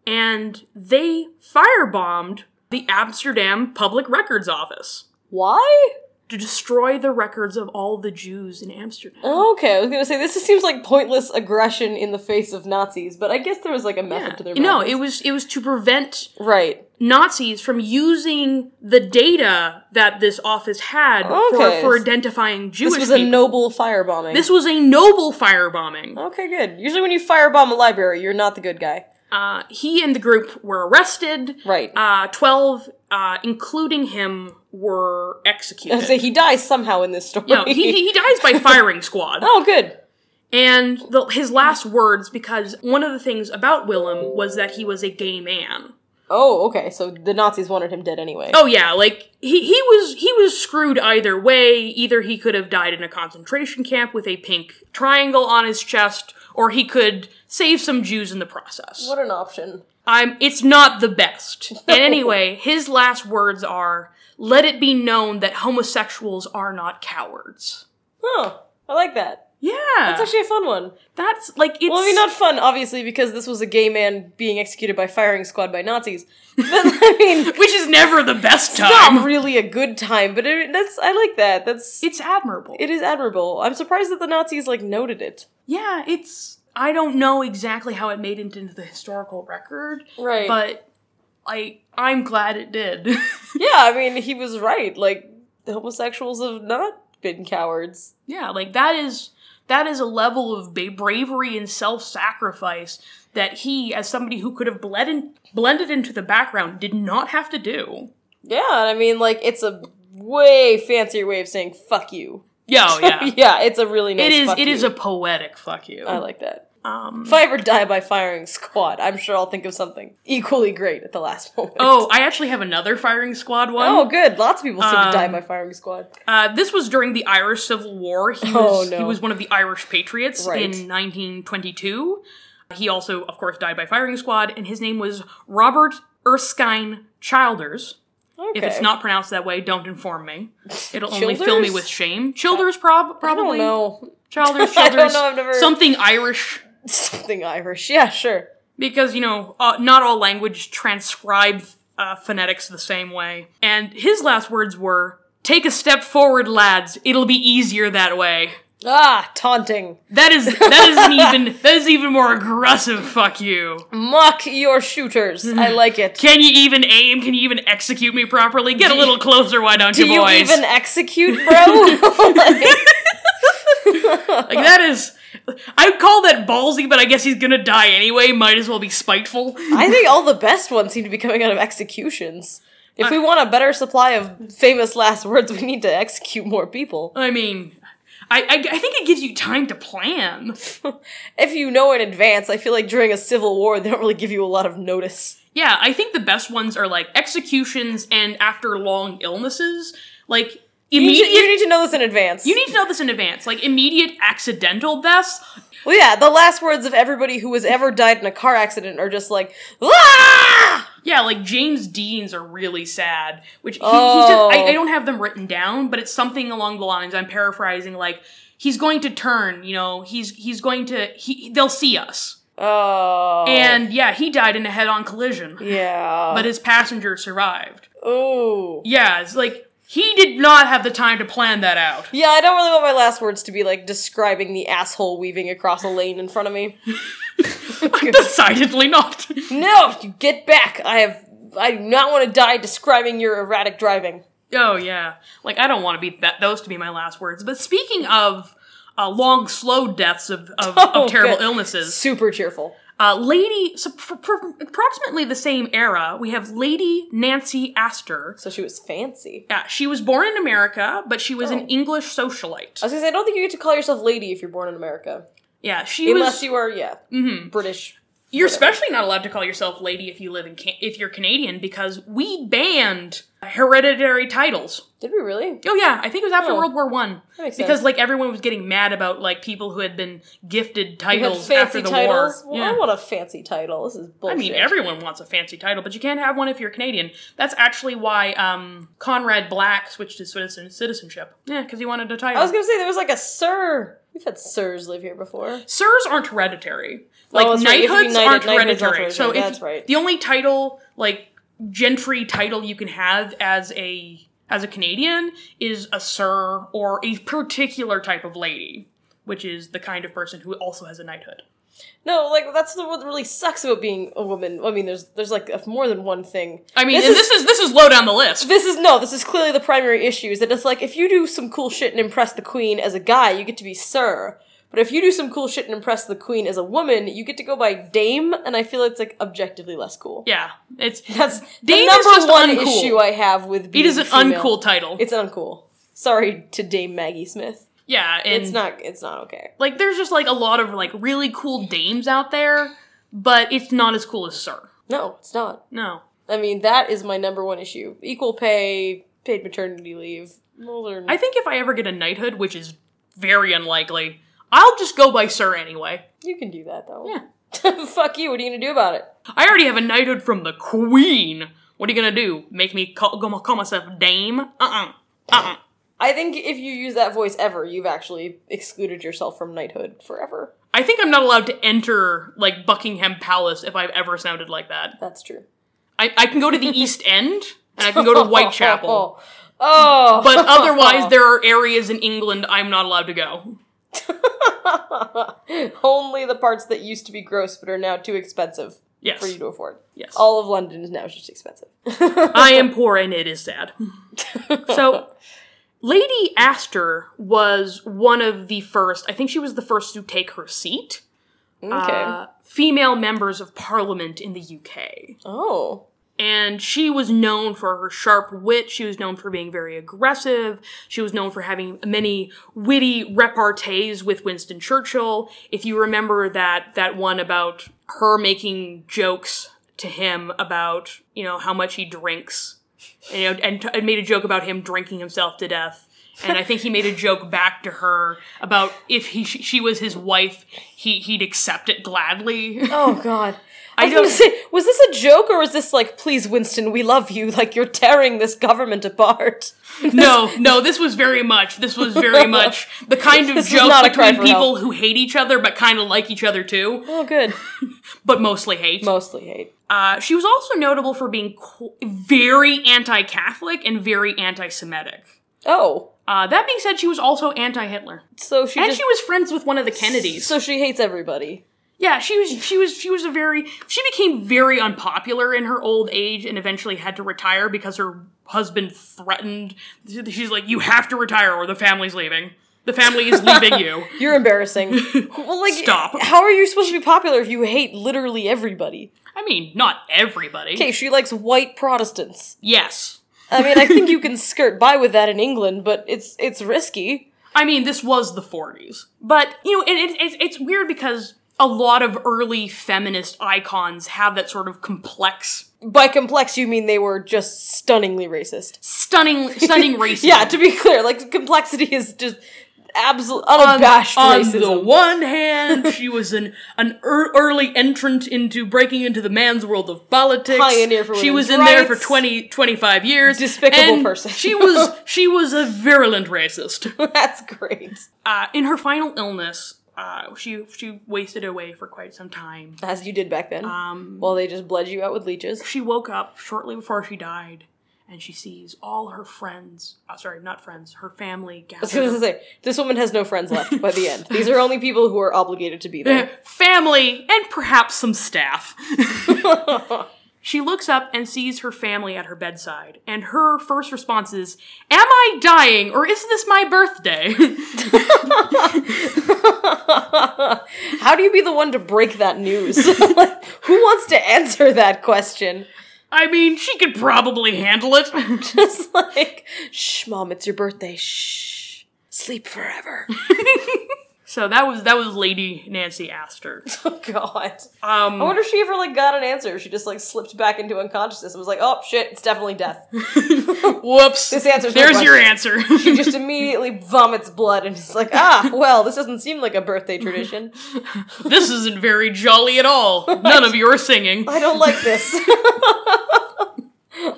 S5: and they firebombed the Amsterdam Public Records Office.
S6: Why?
S5: to destroy the records of all the Jews in Amsterdam.
S6: Oh, Okay, I was gonna say this just seems like pointless aggression in the face of Nazis, but I guess there was like a method
S5: Yeah.
S6: to their
S5: No,
S6: madness.
S5: it was it was to prevent
S6: right.
S5: Nazis from using the data that this office had
S6: Okay.
S5: for, for identifying Jewish
S6: This was a
S5: people.
S6: noble firebombing.
S5: this was a noble firebombing.
S6: okay, good. Usually, when you firebomb a library, you're not the good guy,
S5: Uh, he and the group were arrested.
S6: right?
S5: Uh, Twelve, uh, including him, were
S6: I
S5: executed.
S6: say he dies somehow in this story.
S5: no, he, he he dies by firing squad.
S6: oh, good.
S5: And the, his last words, because one of the things about Willem was that he was a gay man.
S6: Oh, okay. So the Nazis wanted him dead anyway.
S5: Oh yeah, like he, he was he was screwed either way. Either he could have died in a concentration camp with a pink triangle on his chest, or he could save some Jews in the process.
S6: What an option.
S5: I'm it's not the best. And anyway, his last words are let it be known that homosexuals are not cowards.
S6: Huh. I like that.
S5: Yeah.
S6: It's
S5: That's,
S6: actually a fun one.
S5: like it's
S6: Well, I mean, not fun, obviously, because this was a gay man being executed by firing squad by Nazis. But I mean,
S5: which is never the best time.
S6: not really a good time. But it, that's I like that. That's
S5: it's admirable.
S6: it is admirable. I'm surprised that the Nazis like noted it.
S5: yeah, it's I don't know exactly how it made it into the historical record,
S6: Right.
S5: but I I'm glad it did.
S6: yeah, I mean, he was right. Like the homosexuals have not been cowards.
S5: yeah, like that is that is a level of ba- bravery and self-sacrifice that he as somebody who could have bled in, blended into the background did not have to do.
S6: Yeah, and I mean, like it's a way fancier way of saying fuck you.
S5: Yeah, oh, yeah.
S6: yeah, it's a really nice.
S5: It is
S6: fuck
S5: it
S6: you.
S5: is a poetic fuck you.
S6: I like that.
S5: um
S6: If I ever die by firing squad, I'm sure I'll think of something equally great at the last moment.
S5: Oh, I actually have another firing squad one.
S6: Oh, good. Lots of people seem
S5: Um,
S6: to die by firing squad.
S5: Uh, this was during the Irish Civil War. He
S6: Oh,
S5: was,
S6: no.
S5: he was one of the Irish Patriots
S6: Right.
S5: in 1922. He also, of course, died by firing squad, and his name was Robert Erskine Childers.
S6: Okay.
S5: If it's not pronounced that way, don't inform me. It'll only fill me
S6: Childers?
S5: with shame. Childers, prob-
S6: I
S5: probably.
S6: don't know.
S5: Childers,
S6: I don't
S5: Childers.
S6: know, I've never-
S5: Something Irish.
S6: Something Irish. Yeah, sure.
S5: Because, you know, uh, not all languages transcribe uh, phonetics the same way. And his last words were Take a step forward, lads. It'll be easier that way.
S6: Ah, taunting.
S5: That is that is an even that is even more aggressive. Fuck you.
S6: Mock your shooters. I like it.
S5: Can you even aim? Can you even execute me properly? Get a little closer, why don't
S6: Do
S5: you,
S6: you
S5: boys?
S6: even execute, bro? Like,
S5: like that is, I call that ballsy, but I guess he's gonna die anyway. Might as well be spiteful.
S6: I think all the best ones seem to be coming out of executions. If we want a better supply of famous last words, we need to execute more people.
S5: I mean, I I, I think it gives you time to plan.
S6: If you know in advance, I feel like during a civil war, they don't really give you a lot of notice.
S5: Yeah, I think the best ones are like executions and after long illnesses, like
S6: You need,
S5: immediate.
S6: to, you need to know this in advance.
S5: you need to know this in advance, like immediate accidental deaths.
S6: Well, yeah, the last words of everybody who has ever died in a car accident are just like, "Ah!"
S5: Yeah, like James Dean's are really sad. Which he,
S6: Oh.
S5: he just, I, I don't have them written down, but it's something along the lines. I'm paraphrasing. Like he's going to turn. You know, he's he's going to. He they'll see us.
S6: Oh.
S5: And yeah, he died in a head-on collision,
S6: Yeah.
S5: but his passenger survived.
S6: oh.
S5: Yeah, it's like he did not have the time to plan that out.
S6: Yeah, I don't really want my last words to be like describing the asshole weaving across a lane in front of me.
S5: Decidedly not.
S6: No, you get back. I have. I do not want to die describing your erratic driving.
S5: Oh yeah, like I don't want to be that those to be my last words. But speaking of uh, long, slow deaths of of,
S6: Oh,
S5: of terrible
S6: good.
S5: illnesses,
S6: Super cheerful.
S5: uh, Lady so for, for approximately the same era, we have Lady Nancy Astor.
S6: So she was fancy.
S5: Yeah, she was born in America, but she was
S6: Oh. Uh,
S5: an English socialite.
S6: I was gonna say, I don't think you get to call yourself lady if you're born in America,
S5: Yeah, she
S6: unless
S5: was.
S6: you are, yeah, mm-hmm. British.
S5: You, are especially not allowed to call yourself lady if you live in Can- if you're Canadian because we banned hereditary titles.
S6: Did we really?
S5: Oh yeah, I think it was after
S6: Oh.
S5: World War One
S6: makes
S5: because
S6: sense.
S5: like everyone was getting mad about like people who had been gifted
S6: You had
S5: titles after
S6: fancy
S5: the
S6: titles. Oh,
S5: war.
S6: Well,
S5: yeah.
S6: I want a fancy title. This is
S5: I
S6: bullshit.
S5: mean, everyone wants a fancy title, but you can't have one if you're Canadian. That's actually why um, Conrad Black switched his citizen- citizenship. Yeah, because he wanted a title.
S6: I was gonna say there was like a sir. We've had sirs live here before.
S5: Sirs aren't hereditary. Like
S6: Oh, that's right. You have to
S5: knighthoods
S6: be knighted-
S5: aren't
S6: knighthoods aren't
S5: hereditary. So
S6: hereditary.
S5: if
S6: That's right.
S5: the only title, like gentry title, you can have as a as a Canadian is a sir or a particular type of lady, which is the kind of person who also has a knighthood.
S6: No, like that's the what really sucks about being a woman. I mean, there's there's like a, more than one thing.
S5: I mean,
S6: This
S5: and
S6: is-
S5: this is this is low down the list.
S6: This is no, this is clearly the primary issue. Is that it's like if you do some cool shit and impress the queen as a guy, you get to be sir. But if you do some cool shit and impress the queen as a woman, you get to go by dame, and I feel it's like objectively less cool.
S5: yeah, it's
S6: That's the
S5: Dame is
S6: number
S5: just
S6: one
S5: uncool.
S6: issue I have with being
S5: it is an
S6: female.
S5: uncool title.
S6: It's uncool. Sorry to Dame Maggie Smith.
S5: yeah, and
S6: It's not. It's not okay.
S5: like there's just like a lot of like really cool dames out there, but it's not as cool as sir.
S6: No, it's not.
S5: No.
S6: I mean, that is my number one issue. Equal pay, paid maternity leave. Those are-
S5: I think if I ever get a knighthood, which is very unlikely, I'll just go by Sir anyway.
S6: you can do that though.
S5: Yeah.
S6: Fuck you. What are you gonna do about it?
S5: I already have a knighthood from the Queen. What are you gonna do? Make me call, go- call myself Dame? Uh uh-uh. uh.
S6: I think if you use that voice ever, you've actually excluded yourself from knighthood forever.
S5: I think I'm not allowed to enter, like, Buckingham Palace if I've ever sounded like that.
S6: That's true.
S5: I, I can go to the East End, and I can go to Whitechapel.
S6: Oh.
S5: But otherwise, there are areas in England I'm not allowed to go.
S6: only the parts that used to be gross but are now too expensive
S5: Yes.
S6: for you to afford.
S5: Yes.
S6: All of London is now just expensive.
S5: I am poor and it is sad. so, Lady Astor was one of the first, I think she was the first to take her seat,
S6: okay.
S5: uh, female members of parliament in the UK.
S6: oh.
S5: And she was known for her sharp wit. She was known for being very aggressive. She was known for having many witty repartees with Winston Churchill. If you remember that that one about her making jokes to him about you know how much he drinks, you know, and, and made a joke about him drinking himself to death. And I think he made a joke back to her about if he she, she was his wife, he he'd accept it gladly.
S6: Oh God. I, was
S5: don't-
S6: gonna say, was this a joke or was this like, please, Winston, we love you, like you're tearing this government apart?
S5: No, no, this was very much. This was very much the kind of
S6: This is
S5: joke
S6: not a cry
S5: between
S6: for
S5: people who hate each other but kind of like each other too,
S6: Oh, good.
S5: but mostly hate.
S6: Mostly hate.
S5: Uh, she was also notable for being qu- very anti-Catholic and very anti-Semitic.
S6: Oh,
S5: Uh, that being said, she was also anti-Hitler,
S6: so she
S5: and
S6: just
S5: she was friends with one of the Kennedys.
S6: so she hates everybody.
S5: yeah, she was. She was. She was a very. She became very unpopular in her old age, and eventually had to retire because her husband threatened. She's like, "You have to retire, or the family's leaving. The family is leaving you."
S6: You're embarrassing. well, like,
S5: Stop.
S6: How are you supposed to be popular if you hate literally everybody?
S5: I mean, not everybody.
S6: Okay, she likes white Protestants.
S5: Yes.
S6: I mean, I think you can skirt by with that in England, but it's it's risky.
S5: I mean, this was the 40s. But, you know, it, it, it's, it's weird because a lot of early feminist icons have that sort of complex,
S6: By complex, you mean they were just stunningly racist.
S5: stunning, stunning racism.
S6: Yeah, to be clear, like complexity is just absolute unabashed
S5: on
S6: racism.
S5: the one hand, she was an an ear early entrant into breaking into the man's world of politics.
S6: Pioneer for
S5: she was in
S6: women's
S5: there for
S6: rights.
S5: 20, 25 years.
S6: Despicable
S5: and
S6: person.
S5: she was she was a virulent racist.
S6: That's great.
S5: Uh, in her final illness, uh, she she wasted away for quite some time.
S6: As you did back then. Um, well, they just bled you out with leeches.
S5: She woke up shortly before she died, and she sees all her friends. Oh, sorry, not friends. Her family
S6: I was gonna
S5: gathered.
S6: say this woman has no friends left by the end. These are only people who are obligated to be there.
S5: family and perhaps some staff. she looks up and sees her family at her bedside, and her first response is, "Am I dying, or is this my birthday?"
S6: How do you be the one to break that news? like, who wants to answer that question?
S5: I mean, she could probably handle it.
S6: It's like, shh, mom, it's your birthday. Shh, sleep forever.
S5: so that was that was Lady Nancy Astor.
S6: oh God.
S5: Um,
S6: I wonder if she ever like got an answer. She just like slipped back into unconsciousness and was like, oh shit, it's definitely death.
S5: Whoops.
S6: Oh, This answers my
S5: There's your
S6: question.
S5: answer.
S6: She just immediately vomits blood and is like, ah, well, this doesn't seem like a birthday tradition.
S5: this isn't very jolly at all. None of your singing.
S6: I don't like this.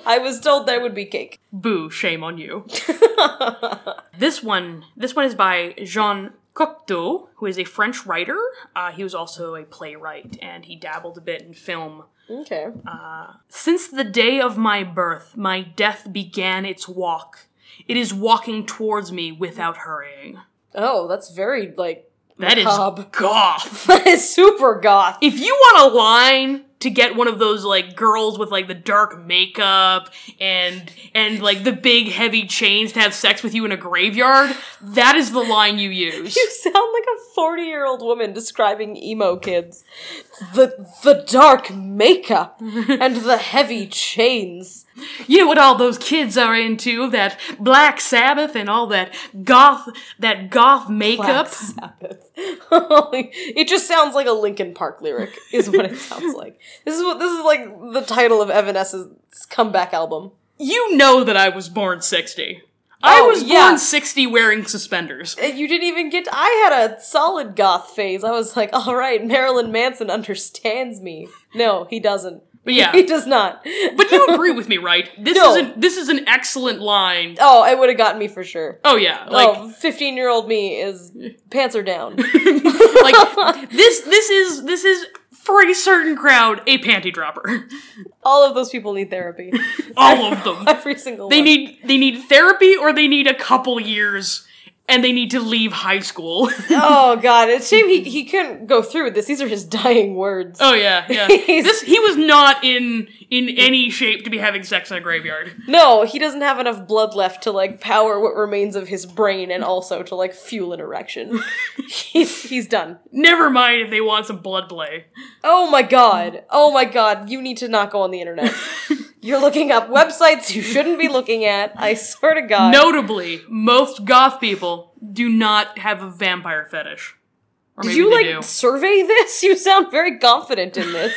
S6: I was told there would be cake.
S5: Boo, shame on you. this one, this one is by Jean Cocteau, who is a French writer. Uh, he was also a playwright, and he dabbled a bit in film.
S6: Okay.
S5: Since the day of my birth, my death began its walk. It is walking towards me without hurrying.
S6: Oh, that's very like
S5: That is
S6: Macabre.
S5: goth.
S6: that is super goth.
S5: if you want a line to get one of those like girls with like the dark makeup and and like the big heavy chains to have sex with you in a graveyard, that is the line you use.
S6: You sound like a forty-year-old woman describing emo kids. The the dark makeup and the heavy chains.
S5: You know what all those kids are into, that Black Sabbath and all that goth that goth
S6: Black
S5: makeup.
S6: Sabbath. it just sounds like a Linkin Park lyric, is what it sounds like. This is what this is like the title of Evanescence's comeback album.
S5: You know that I was born 60. I
S6: Oh,
S5: was
S6: yeah.
S5: born 60 wearing suspenders.
S6: And Uh, You didn't even get. I had a solid goth phase. I was like, all right, Marilyn Manson understands me. No, he doesn't.
S5: But yeah.
S6: He does not.
S5: But you agree with me, right? This
S6: No.
S5: is an, this is an excellent line.
S6: Oh, it would have gotten me for sure.
S5: Oh yeah, like
S6: oh, 15 year old me is pants are down.
S5: like this this is this is for a certain crowd a panty dropper
S6: All of those people need therapy.
S5: all of them
S6: Every single
S5: they
S6: one.
S5: need they need therapy or they need a couple years and they need to leave high school
S6: Oh, God. It's a shame he, he couldn't go through with this. These are his dying words.
S5: oh yeah yeah
S6: He's-
S5: this he was not in in any shape to be having sex in a graveyard
S6: No, he doesn't have enough blood left to like power what remains of his brain and also to like fuel an erection. he's he's done.
S5: never mind if they want some blood play
S6: Oh my god. Oh my god, you need to not go on the internet. You're looking up websites you shouldn't be looking at. I swear to god.
S5: notably most goth people do not have a vampire fetish or
S6: Did
S5: maybe
S6: you
S5: they
S6: like
S5: do.
S6: survey this? You sound very confident in this.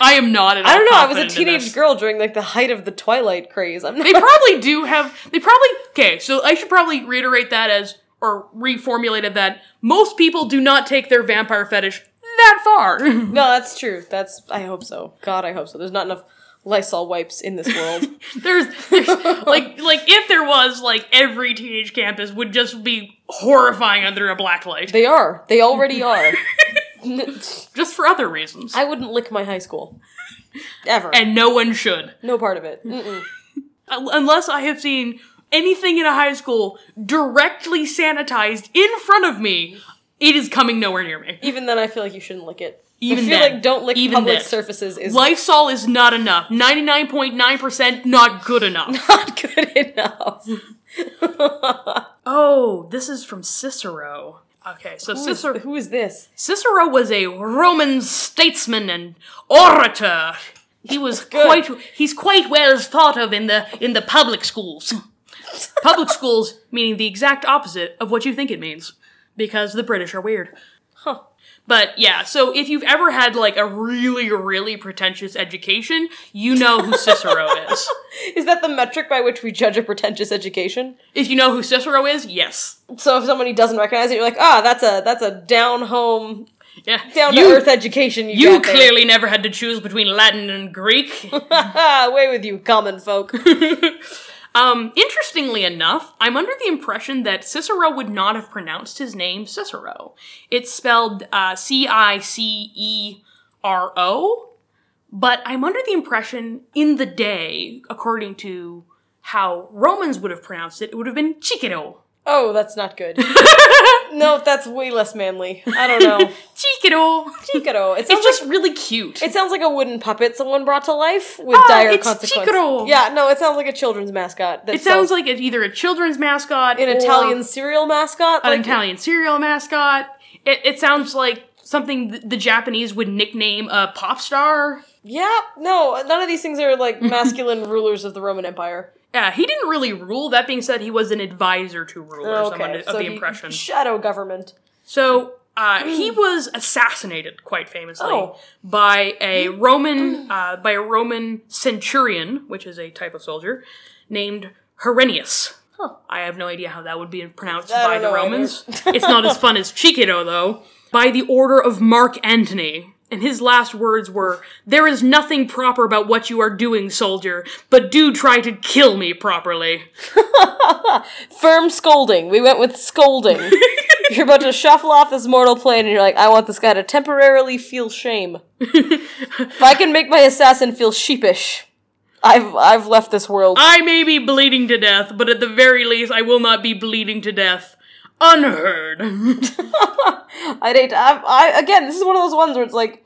S5: i am not at all
S6: I don't know, I was a
S5: confident in
S6: teenage
S5: this.
S6: girl during like the height of the Twilight craze. I'm
S5: They
S6: not
S5: probably do have. They probably okay. So I should probably reiterate that as or reformulated that most people do not take their vampire fetish that far.
S6: No, that's true. That's I hope so. God, I hope so. There's not enough Lysol wipes in this world.
S5: there's, there's like like if there was like every teenage campus would just be horrifying under a blacklight
S6: They are. They already are.
S5: just for other reasons.
S6: I wouldn't lick my high school. Ever.
S5: and no one should
S6: no part of it. Mm, Mm-mm.
S5: Un- unless I have seen anything in a high school directly sanitized in front of me. It is coming nowhere near me.
S6: Even then, I feel like you shouldn't lick it.
S5: Even
S6: I feel
S5: then.
S6: like don't lick
S5: Even
S6: public
S5: then.
S6: surfaces is
S5: Lysol is not enough. 99.9% not good enough.
S6: not good enough.
S5: oh, this is from Cicero. Okay, so
S6: Who is,
S5: Cicero,
S6: who is this?
S5: Cicero was a Roman statesman and orator. He was quite he's quite well thought of in the in the public schools. public schools meaning the exact opposite of what you think it means because the British are weird. But yeah, so if you've ever had like a really really pretentious education, you know who Cicero is.
S6: Is that the metric by which we judge a pretentious education?
S5: If you know who Cicero is, yes.
S6: So if somebody doesn't recognize it, you're like, ah, that's a that's a down home,
S5: Yeah.
S6: down to
S5: you,
S6: earth education. You,
S5: You
S6: got there.
S5: clearly never had to choose between Latin and Greek.
S6: ah, away with you, common folk.
S5: um, interestingly enough, I'm under the impression that Cicero would not have pronounced his name Cicero. It's spelled uh, C I C E R O, but I'm under the impression in the day, according to how Romans would have pronounced it, it would have been Chicero.
S6: oh, that's not good. no, that's way less manly. I don't know.
S5: Chicero.
S6: Chikaro. It sounds
S5: It's
S6: like
S5: just really cute.
S6: It sounds like a wooden puppet someone brought to life with
S5: Ah,
S6: dire
S5: it's
S6: consequences.
S5: Chikoro.
S6: Yeah, no, it sounds like a children's mascot. That
S5: It sounds
S6: sells
S5: like it's either a children's mascot,
S6: an
S5: or
S6: Italian cereal mascot.
S5: an
S6: like-
S5: Italian cereal mascot. It, it sounds like something th- the Japanese would nickname a pop star.
S6: Yeah, no, none of these things are like masculine rulers of the Roman Empire.
S5: Yeah, he didn't really rule. That being said, he was an advisor to rulers. I'm under,
S6: Oh, Okay,
S5: of the
S6: he-
S5: impression.
S6: shadow government.
S5: So uh, he was assassinated quite famously
S6: Oh. Hmm.
S5: by a Roman uh, by a Roman centurion, which is a type of soldier, named Herennius. I have no idea how that would be pronounced
S6: I
S5: by
S6: don't
S5: the
S6: know
S5: Romans. it's not as fun as Chikiro though. By the order of Mark Antony, And his last words were, There is nothing proper about what you are doing, soldier, but do try to kill me properly.
S6: Firm scolding. We went with scolding. you're about to shuffle off this mortal plane, and you're like, I want this guy to temporarily feel shame. if I can make my assassin feel sheepish, I've I've left this world.
S5: I may be bleeding to death, but at the very least, I will not be bleeding to death. Unheard.
S6: I'd hate to, I, I again. This is one of those ones where it's like,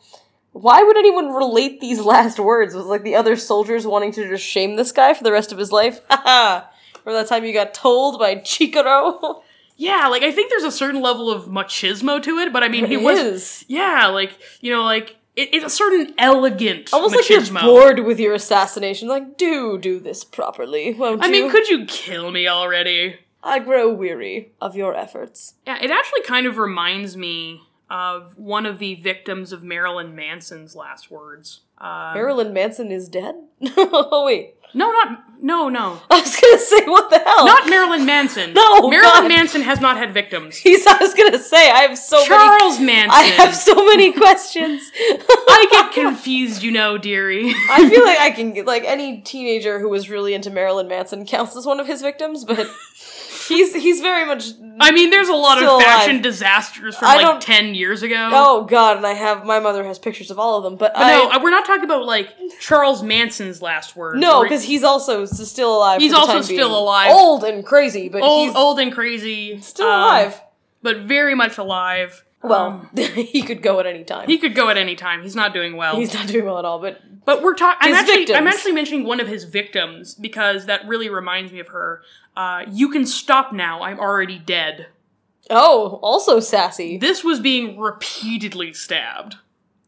S6: why would anyone relate these last words? Was like the other soldiers wanting to just shame this guy for the rest of his life. Haha. Remember that time you got told by Chikoro?
S5: yeah, like, I think there's a certain level of machismo to it, but I mean, he
S6: It
S5: was.
S6: is.
S5: Yeah, like, you know, like, it, it's a certain elegant
S6: almost
S5: machismo.
S6: like you're bored with your assassination. Like, do do this properly, won't
S5: I
S6: you?
S5: mean, could you kill me already?
S6: I grow weary of your efforts.
S5: Yeah, it actually kind of reminds me of one of the victims of Marilyn Manson's last words. Uh,
S6: Marilyn Manson is dead. oh wait,
S5: no, not no, no,
S6: I was gonna say what the hell?
S5: not Marilyn Manson.
S6: No,
S5: Marilyn
S6: God.
S5: Manson has not had victims.
S6: He's. I was gonna say I have so many.
S5: Charles Manson.
S6: I have so many questions.
S5: I get confused, you know, dearie.
S6: I feel like I can like any teenager who was really into Marilyn Manson counts as one of his victims, but he's he's very much
S5: I mean, there's a lot
S6: Still
S5: of fashion
S6: alive.
S5: disasters from
S6: I
S5: like
S6: don't-
S5: ten years ago.
S6: oh god, and I have my mother has pictures of all of them, but,
S5: But
S6: I
S5: no, uh, we're not talking about like Charles Manson's last words.
S6: no
S5: We're-
S6: because he's also s- still alive.
S5: He's
S6: for the
S5: also
S6: time
S5: still
S6: being.
S5: alive.
S6: old and crazy, but
S5: old,
S6: he's
S5: old and crazy,
S6: still
S5: um,
S6: alive.
S5: but very much alive. Um,
S6: Well, he could go at any time.
S5: He could go at any time. He's not doing well.
S6: He's not doing well at all, but
S5: but we're talking. I'm
S6: His
S5: actually, I'm
S6: victims.
S5: actually mentioning one of his victims because that really reminds me of her. Uh, you can stop now. I'm already dead.
S6: oh, also sassy.
S5: This was being repeatedly stabbed.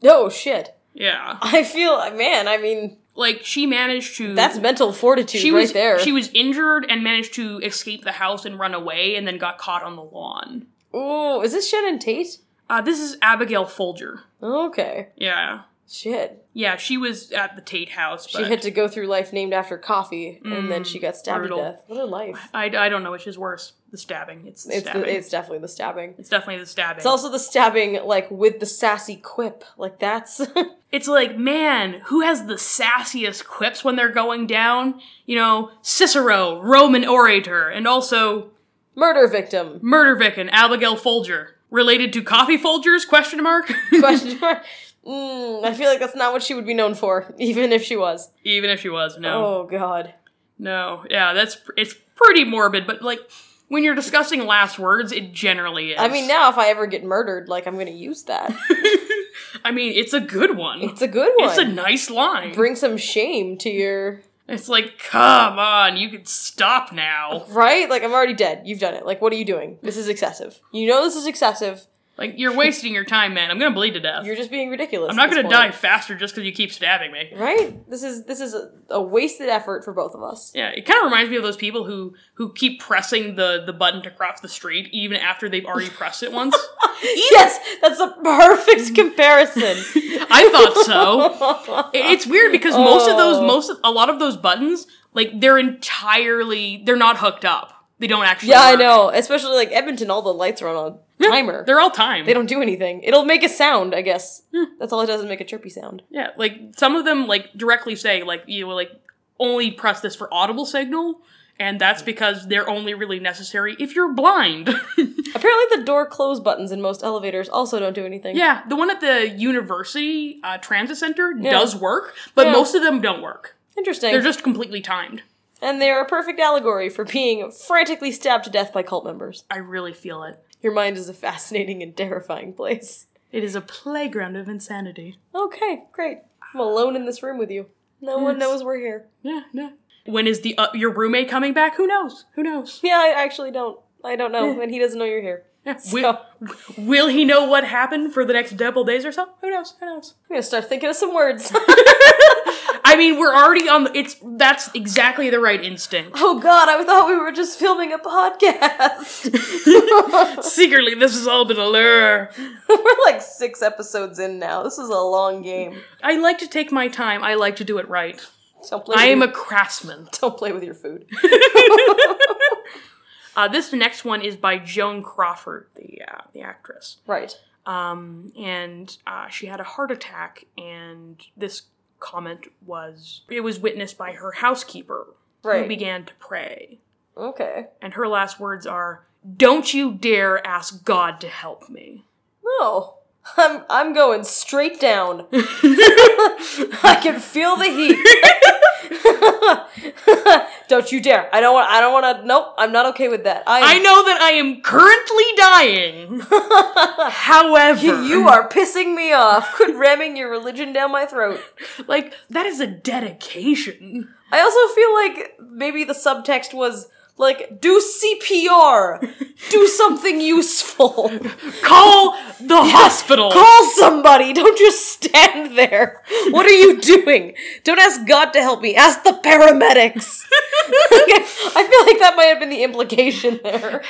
S6: No shit.
S5: Yeah,
S6: I feel man. I mean,
S5: like she managed to.
S6: that's mental fortitude
S5: she
S6: right
S5: was
S6: there.
S5: She was injured and managed to escape the house and run away, and then got caught on the lawn.
S6: Ooh, is this Shannon Tate?
S5: Uh, this is Abigail Folger.
S6: Okay,
S5: Yeah,
S6: shit.
S5: yeah, she was at the Tate house.
S6: She
S5: but
S6: had to go through life named after coffee, and then she got stabbed
S5: brutal.
S6: to death. What a life!
S5: I, I don't know which is worse, the stabbing. It's the
S6: It's
S5: stabbing.
S6: the, it's definitely the stabbing.
S5: It's definitely the stabbing.
S6: It's also the stabbing, like with the sassy quip. Like that's
S5: it's like, man, who has the sassiest quips when they're going down? You know, Cicero, Roman orator, and also
S6: murder victim.
S5: murder victim Abigail Folger. Related to coffee Folgers? Question mark.
S6: Question mark. Mm, I feel like that's not what she would be known for, even if she was.
S5: Even if she was, no,
S6: Oh God.
S5: no, yeah, that's pr- it's pretty morbid. But like, when you're discussing last words, it generally is.
S6: I mean, now if I ever get murdered, like I'm gonna use that.
S5: I mean, it's a good one.
S6: It's a good one.
S5: It's a nice line.
S6: Bring some shame to your
S5: It's like, come on, you can stop now.
S6: right. Like I'm already dead. You've done it. Like what are you doing? This is excessive. You know this is excessive.
S5: Like, you're wasting your time, man. I'm gonna bleed to death.
S6: You're just being ridiculous.
S5: I'm not
S6: at this
S5: gonna
S6: point.
S5: die faster just because you keep stabbing me.
S6: right this is this is a, a wasted effort for both of us
S5: Yeah, it kind of reminds me of those people who who keep pressing the the button to cross the street even after they've already pressed it once.
S6: yes that's a perfect comparison
S5: I thought so. I- It's weird because most of
S6: Oh.
S5: those most of- a lot of those buttons like they're entirely they're not hooked up. They don't actually.
S6: yeah i
S5: work.
S6: know especially like edmonton all the lights are on a timer
S5: They're all timed.
S6: they don't do anything it'll make a sound i guess
S5: Hmm.
S6: that's all it does is make a chirpy sound
S5: Yeah, like some of them like directly say like you know, like only press this for audible signal, and that's because they're only really necessary if you're blind.
S6: apparently the door close buttons in most elevators also don't do anything
S5: Yeah, the one at the university uh, transit center
S6: Yeah.
S5: does work, but
S6: Yeah.
S5: most of them don't work.
S6: interesting
S5: They're just completely timed.
S6: and they're a perfect allegory for being frantically stabbed to death by cult members
S5: I really feel it.
S6: your mind is a fascinating and terrifying place
S5: It is a playground of insanity.
S6: okay great i'm alone in this room with you no one knows we're here
S5: Yeah, yeah. When is the uh, your roommate coming back? Who knows? Who knows?
S6: Yeah, I actually don't. I don't know, and he doesn't know you're here.
S5: Yeah.
S6: So-
S5: Will, will he know what happened for the next double days or so? Who knows? Who knows?
S6: I'm gonna start thinking of some words.
S5: I mean, we're already on the. It's that's exactly the right instinct.
S6: oh God, I thought we were just filming a podcast.
S5: Secretly, this has all been a lure.
S6: we're like six episodes in now. This is a long game.
S5: I like to take my time. I like to do it right.
S6: Don't play.
S5: I am
S6: with
S5: a
S6: your,
S5: craftsman.
S6: Don't play with your food.
S5: Uh, this next one is by Joan Crawford, the uh, the actress.
S6: right.
S5: um, and uh, she had a heart attack. And this comment was it was witnessed by her housekeeper, who
S6: Right.
S5: began to pray.
S6: Okay.
S5: And her last words are, "Don't you dare ask God to help me."
S6: No. Oh, I'm I'm going straight down. I can feel the heat. don't you dare. I don't want I don't want to Nope, I'm not okay with that.
S5: I
S6: I
S5: know that I am currently dying. However,
S6: you, you are pissing me off. Quit ramming your religion down my throat.
S5: like that is a dedication.
S6: I also feel like maybe the subtext was like do CPR. do something useful.
S5: Call the hospital.
S6: Call somebody. Don't just stand there. What are you doing? Don't ask God to help me. Ask the paramedics. Like, I feel like that might have been the implication there.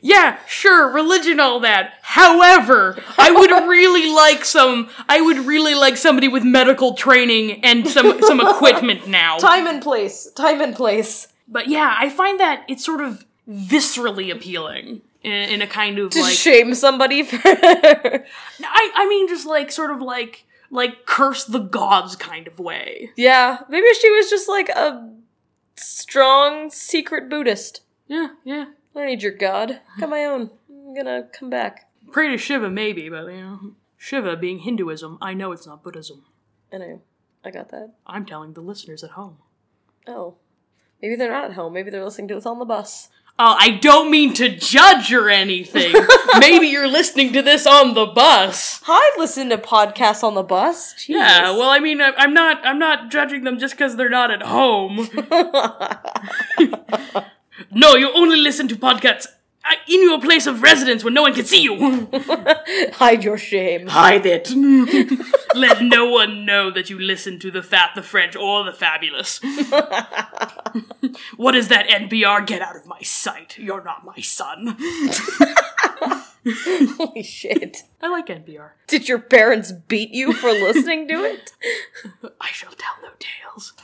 S5: yeah, sure, religion, all that. However, I would really like some. I would really like somebody with medical training and some some equipment now.
S6: Time and place. Time and place.
S5: But yeah, I find that it's sort of viscerally appealing in, in a kind of
S6: To
S5: like
S6: shame somebody for.
S5: I I mean just like sort of like like curse the gods kind of way.
S6: yeah, maybe she was just like a strong secret Buddhist.
S5: Yeah, yeah.
S6: I don't need your God. I Got my own. I'm gonna come back.
S5: Pray to Shiva, maybe, but you know, Shiva being Hinduism, I know it's not Buddhism.
S6: And I, I got that.
S5: I'm telling the listeners at home.
S6: Oh, maybe they're not at home. Maybe they're listening to us on the bus.
S5: Oh, I don't mean to judge or anything. Maybe you're listening to this on the bus.
S6: I listen to podcasts on the bus. Jeez.
S5: Yeah, well, I mean, I, I'm not, I'm not judging them just because they're not at home. no, you only listen to podcasts uh, in your place of residence when no one can see you.
S6: hide your shame.
S5: Hide it. Let no one know that you listen to the Fat, the French, or the Fabulous. what is that NPR? Get out of my sight. You're not my son.
S6: Holy shit!
S5: I like NPR.
S6: Did your parents beat you for listening to it?
S5: I shall tell no tales.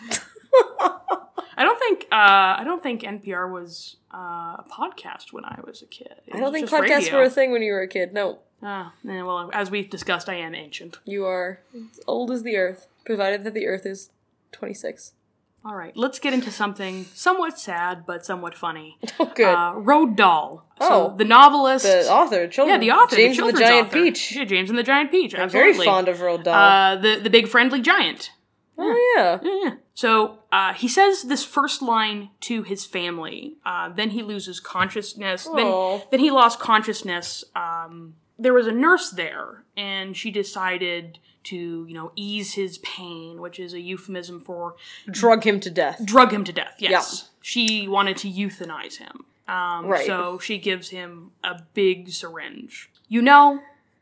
S5: I don't think uh, I don't think NPR was uh, a podcast when I was a kid. It
S6: I
S5: was
S6: don't think
S5: just
S6: podcasts
S5: radio.
S6: were a thing when you were a kid. No,
S5: Ah, eh, well, as we've discussed, I am ancient.
S6: you are as old as the earth, provided that the earth is twenty-six.
S5: All right, let's get into something somewhat sad but somewhat funny.
S6: Oh, good.
S5: Uh, Road Doll. So
S6: Oh.
S5: the novelist.
S6: the author,
S5: yeah,
S6: children,
S5: the author.
S6: James
S5: the
S6: and
S5: children's
S6: the Giant
S5: author.
S6: Peach.
S5: Yeah, James and the Giant Peach.
S6: I'm very
S5: Absolutely.
S6: fond of Roald Dahl.
S5: Uh, the the big friendly giant.
S6: oh yeah,
S5: Yeah. So uh, he says this first line to his family. Uh, then he loses consciousness. Then,
S6: Aw.
S5: then he lost consciousness. Um, there was a nurse there, and she decided to, you know, ease his pain, which is a euphemism for
S6: drug him to death.
S5: drug him to death. Yes. She wanted to euthanize him. Um,
S6: Right.
S5: So she gives him a big syringe. You know,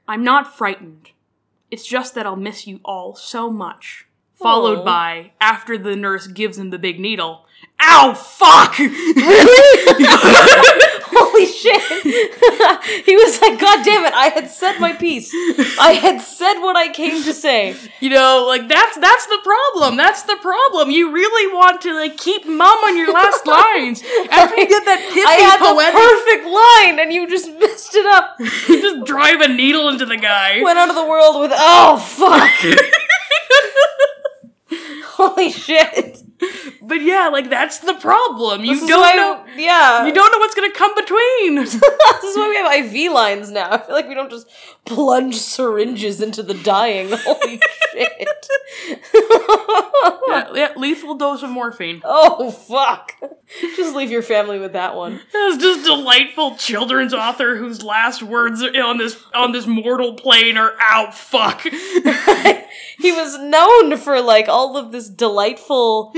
S5: I'm not frightened. It's just that I'll miss you all so much. Followed
S6: Aw.
S5: by, after the nurse gives him the big needle, ow, fuck!
S6: Holy shit! he was like, "God damn it! I had said my piece. I had said what I came to say."
S5: you know, like that's that's the problem. That's the problem. You really want to like keep mum on your last lines. After you get that pithy
S6: I had
S5: poetic,
S6: the perfect line, and you just messed it up.
S5: you just drive a needle into the guy.
S6: Went out of the world with oh fuck! Holy shit!
S5: But yeah, like that's the problem. You
S6: This is
S5: don't
S6: why-
S5: know.
S6: Yeah,
S5: You don't know what's gonna come between.
S6: this is why we have IV lines now. I feel like we don't just plunge syringes into the dying. Holy shit!
S5: yeah, yeah, lethal dose of morphine.
S6: Oh fuck! Just leave your family with that one.
S5: This just delightful children's author whose last words on this on this mortal plane are "ow, fuck."
S6: he was known for like all of this delightful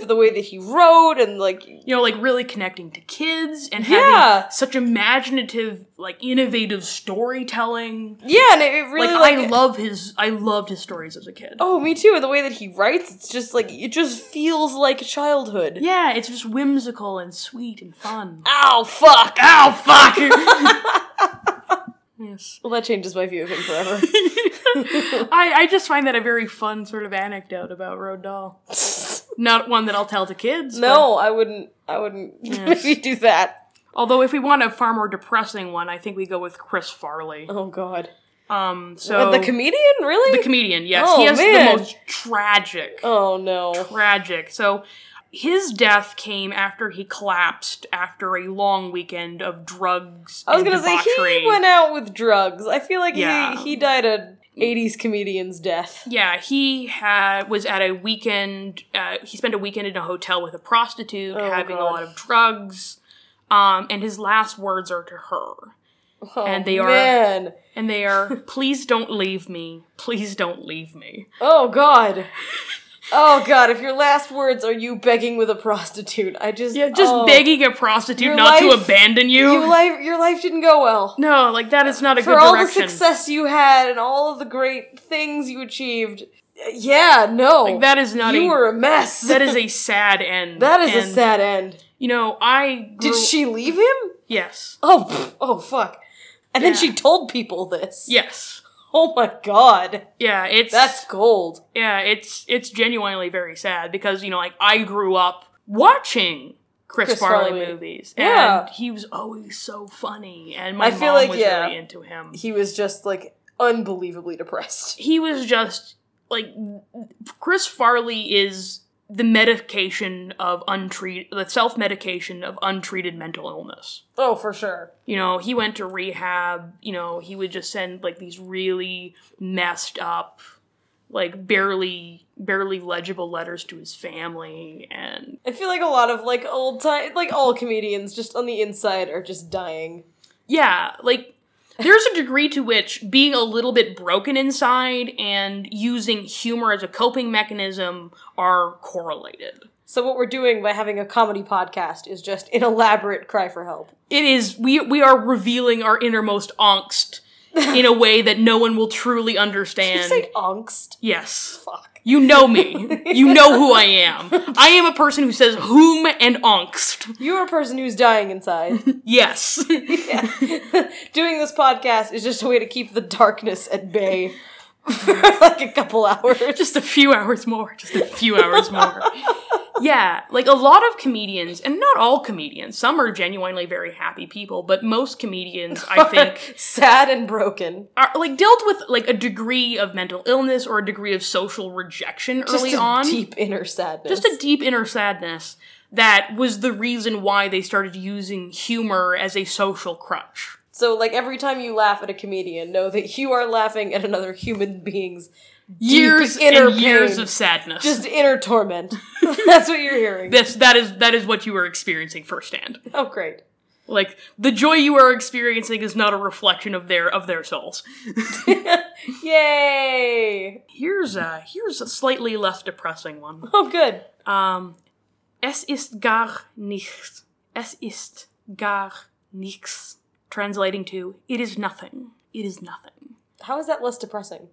S6: for the way that he wrote and like
S5: You know, like really connecting to kids and
S6: Yeah.
S5: having such imaginative, like innovative storytelling.
S6: yeah and it, it really
S5: like
S6: like,
S5: I love his, I loved his stories as a kid.
S6: oh me too and the way that he writes it's just like it just feels like childhood
S5: Yeah, it's just whimsical and sweet and fun.
S6: ow fuck
S5: Ow, fuck. yes.
S6: well that changes my view of him forever
S5: I, I just find that a very fun sort of anecdote about Road Doll. Not one that I'll tell to kids.
S6: no i wouldn't i wouldn't
S5: Yes.
S6: maybe do that
S5: but- Although, if we want a far more depressing one, I think we go with Chris Farley.
S6: Oh God.
S5: Um, so
S6: the comedian, really?
S5: the comedian, yes,
S6: Oh,
S5: he has the
S6: man.
S5: most tragic,
S6: oh no.
S5: tragic. So his death came after he collapsed after a long weekend of drugs.
S6: I was
S5: and
S6: gonna say
S5: debauchery.
S6: he went out with drugs. I feel like
S5: Yeah.
S6: he he died a '80s comedian's death.
S5: Yeah, he had was at a weekend. Uh, he spent a weekend in a hotel with a prostitute,
S6: Oh,
S5: having a
S6: God.
S5: lot of drugs. Um, and his last words are to her,
S6: Oh,
S5: And they are-
S6: man.
S5: and they are, "Please don't leave me. Please don't leave me."
S6: Oh God. Oh God! If your last words are you begging with a prostitute, I just
S5: Yeah, just
S6: oh.
S5: begging a prostitute
S6: Your
S5: not to
S6: life-
S5: abandon you.
S6: Your life, your life didn't go well.
S5: no, like that is not a
S6: For
S5: good
S6: all
S5: direction.
S6: the success you had and all of the great things you achieved, yeah, no,
S5: Like, that is not
S6: you
S5: a
S6: were a mess.
S5: that is a sad end.
S6: that is a
S5: And,
S6: sad end.
S5: You know, I
S6: Did
S5: grew-
S6: she leave him?
S5: Yes,
S6: Oh, pff, oh, fuck. And then
S5: Yeah.
S6: she told people this.
S5: yes,
S6: Oh my god,
S5: yeah. It's
S6: that's gold.
S5: yeah, it's it's genuinely very sad because you know, like I grew up watching Chris,
S6: Chris
S5: Farley,
S6: Farley.
S5: movies,
S6: Yeah.
S5: and he was always so funny, and my
S6: I feel
S5: mom
S6: like,
S5: was
S6: yeah.
S5: really into him.
S6: He was just like unbelievably depressed.
S5: He was just like Chris Farley is the medication of untreated, the self medication of untreated mental illness.
S6: Oh, for sure.
S5: You know, he went to rehab. You know, he would just send like these really messed up, like barely barely legible letters to his family, and
S6: I feel like a lot of like old time, like all comedians, just on the inside are just dying.
S5: yeah, like there's a degree to which being a little bit broken inside and using humor as a coping mechanism are correlated.
S6: So what we're doing by having a comedy podcast is just an elaborate cry for help.
S5: It is we we are revealing our innermost angst in a way that no one will truly
S6: Did
S5: understand.
S6: you say angst?
S5: yes.
S6: Fuck.
S5: You know me. You know who I am. I am a person who says whom and angst.
S6: You're a person who's dying inside.
S5: Yes.
S6: Doing this podcast is just a way to keep the darkness at bay for like a couple hours.
S5: just a few hours more. Just a few hours more. Yeah, like a lot of comedians, and not all comedians, some are genuinely very happy people, but most comedians, I think,
S6: sad and broken.
S5: are like dealt with like a degree of mental illness or a degree of social rejection early
S6: just a
S5: on.
S6: deep inner sadness.
S5: just a deep inner sadness that was the reason why they started using humor as a social crutch.
S6: so like every time you laugh at a comedian, know that you are laughing at another human being's
S5: years
S6: inner
S5: and years
S6: pain.
S5: of sadness.
S6: just inner torment. That's what you're hearing.
S5: this that is that is what you are experiencing firsthand.
S6: Oh great.
S5: Like the joy you are experiencing is not a reflection of their of their souls.
S6: Yay!
S5: Here's a here's a slightly less depressing one.
S6: Oh good.
S5: Um, es ist gar nichts. Es ist gar nichts. Translating to it is nothing. It is nothing.
S6: How is that less depressing?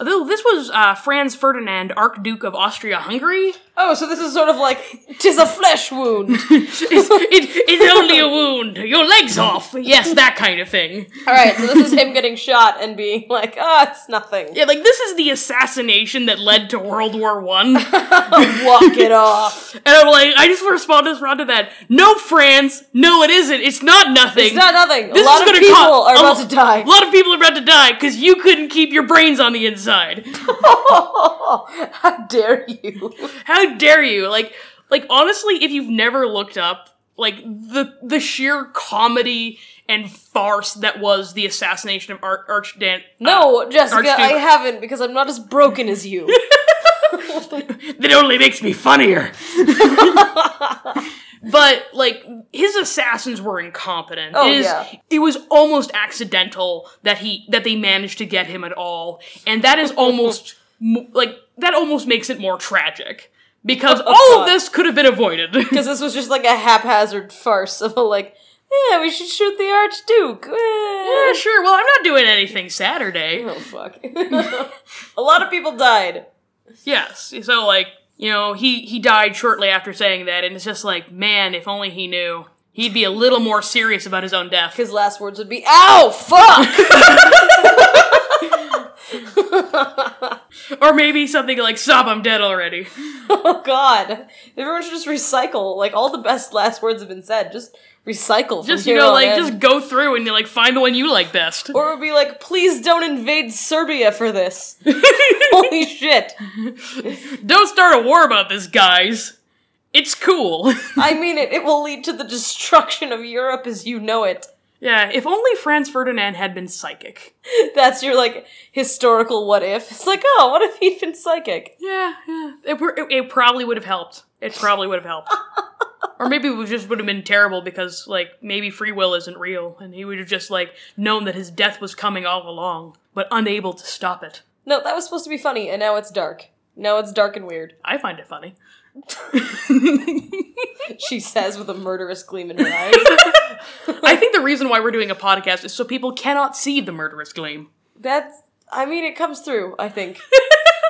S5: Although this was uh, Franz Ferdinand, Archduke of Austria-Hungary.
S6: Oh, so this is sort of like tis a flesh wound.
S5: It's, it, it's only a wound. Your legs off. Yes, that kind of thing.
S6: All right, so this is him getting shot and being like, "Ah, it's nothing.
S5: Yeah, like this is the assassination that led to World War One, and
S6: Walk it off.
S5: I'm like, I just respond to respond to that. No, France, no, it isn't. It's not nothing.
S6: It's not nothing.
S5: This
S6: a lot
S5: is
S6: of
S5: gonna
S6: people
S5: co-
S6: are
S5: a
S6: about
S5: lo-
S6: to die.
S5: A lot of people are about to die because you couldn't keep your brains on the inside.
S6: How dare you?
S5: How dare you? Like, like honestly, if you've never looked up like the the sheer comedy and farce that was the assassination of Ar- Archdan.
S6: No, Jessica,
S5: Archduke.
S6: I haven't because I'm not as broken as you.
S5: that only makes me funnier. but like his assassins were incompetent.
S6: Oh,
S5: it is
S6: yeah.
S5: it was almost accidental that he that they managed to get him at all. And that is almost mo- like that almost makes it more tragic because all of
S6: God.
S5: this could have been avoided.
S6: Because this was just like a haphazard farce of a like, yeah, we should shoot the Archduke.
S5: yeah,
S6: Eh.
S5: sure. Well, I'm not doing anything Saturday.
S6: Oh fuck! a lot of people died.
S5: Yes. So like, you know, he he died shortly after saying that and it's just like, man, if only he knew. He'd be a little more serious about his own death.
S6: His last words would be, "Ow, fuck."
S5: or maybe something like "Stop, I'm dead already."
S6: Oh God! Everyone should just recycle. Like all the best last words have been said. Just recycle. From
S5: Just
S6: here
S5: you know,
S6: on
S5: like
S6: in.
S5: just go through and like find the one you like best.
S6: Or it would be like, please don't invade Serbia for this. Holy shit!
S5: Don't start a war about this, guys. It's cool.
S6: I mean it. It will lead to the destruction of Europe as you know it.
S5: yeah, if only Franz Ferdinand had been psychic.
S6: That's your like historical what if. It's like, oh, what if he'd been psychic?
S5: Yeah, yeah. It, were- it, it probably would have helped. It probably would have helped. or maybe it would- just would have been terrible because, like, maybe free will isn't real, and he would have just, like, known that his death was coming all along, but unable to stop it.
S6: No, that was supposed to be funny, and now it's dark. Now it's dark and weird.
S5: I find it funny.
S6: She says with a murderous gleam in her eyes.
S5: I think the reason why we're doing a podcast is so people cannot see the murderous gleam.
S6: That's. I mean, it comes through. I think.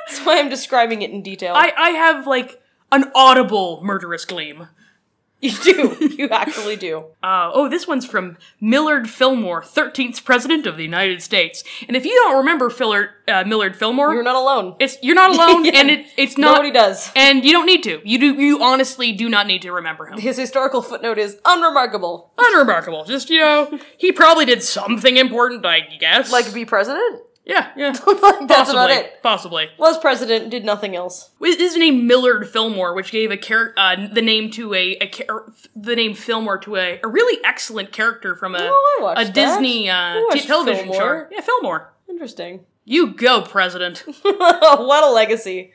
S6: That's why I'm describing it in detail.
S5: I, I have, like, an audible murderous gleam.
S6: you do. You actually do.
S5: Uh, oh, this one's from Millard Fillmore, 13th President of the United States. And if you don't remember Fillard, uh, Millard Fillmore,
S6: You're not alone.
S5: It's you're not alone,
S6: Yeah.
S5: and it, it's not.
S6: Nobody does.
S5: and you don't need to. You do. You honestly do not need to remember him.
S6: His historical footnote is unremarkable.
S5: Unremarkable. Just you know, he probably did something important, I guess.
S6: Like be president?
S5: yeah, yeah.
S6: Like, that's
S5: possibly,
S6: about it.
S5: possibly.
S6: Was president, did nothing else.
S5: Well, His name Millard Fillmore, which gave a char- uh, the name to a, a char- the name Fillmore to a, a really excellent character from a
S6: Oh, I watched
S5: a
S6: that.
S5: Disney uh,
S6: I
S5: t-
S6: watched
S5: television show.
S6: Fillmore.
S5: Yeah, Fillmore.
S6: Interesting.
S5: You go, President.
S6: what a legacy.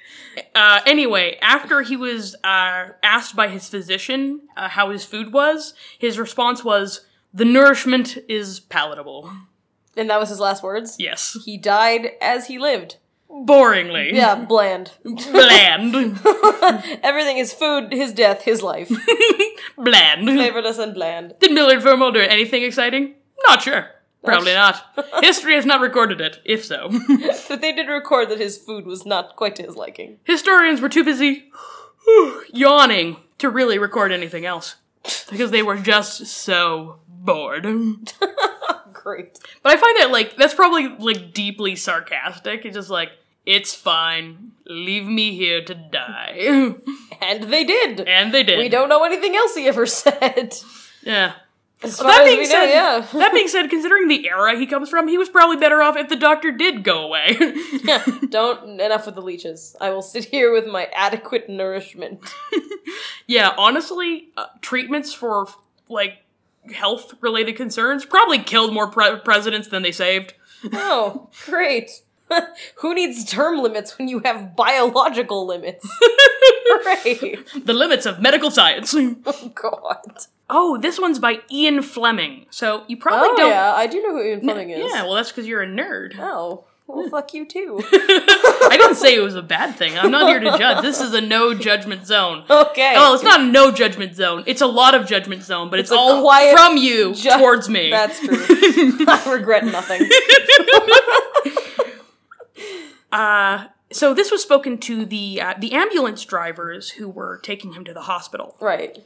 S5: Uh, anyway, after he was uh, asked by his physician uh, how his food was, his response was, "The nourishment is palatable."
S6: And that was his last words.
S5: Yes,
S6: He died as he lived.
S5: boringly.
S6: Yeah, bland.
S5: bland,
S6: Everything is food, his death, his life.
S5: bland.
S6: Favored us and bland.
S5: Did Millard Fillmore do anything exciting? Not sure. Probably not. History has not recorded it. If so,
S6: But they did record that his food was not quite to his liking.
S5: historians were too busy yawning to really record anything else because they were just so bored.
S6: Great.
S5: But I find that like that's probably like deeply sarcastic. It's just like it's fine. Leave me here to die.
S6: And they did.
S5: and they did.
S6: We don't know anything else he ever said.
S5: Yeah.
S6: As
S5: That
S6: far as
S5: being
S6: we
S5: said,
S6: know, yeah.
S5: that being said, considering the era he comes from, he was probably better off if the doctor did go away.
S6: Don't enough with the leeches. I will sit here with my adequate nourishment.
S5: yeah, honestly, uh, treatments for like health related concerns probably killed more pre- presidents than they saved.
S6: Oh, great. Who needs term limits when you have biological limits? Great.
S5: The limits of medical science.
S6: Oh, God.
S5: oh, this one's by Ian Fleming. So you probably
S6: oh,
S5: don't
S6: yeah, I do know who Ian Fleming is.
S5: Yeah, well, that's because you're a nerd.
S6: Oh, well, fuck you too.
S5: I didn't say it was a bad thing. I'm not here to judge. This is a no judgment zone.
S6: Okay.
S5: Well, it's not a no judgment zone. It's a lot of judgment zone, but it's,
S6: It's a
S5: all
S6: quiet
S5: from you
S6: ju-
S5: towards me.
S6: That's true. I regret nothing.
S5: uh, so this was spoken to the uh, the ambulance drivers who were taking him to the hospital.
S6: Right.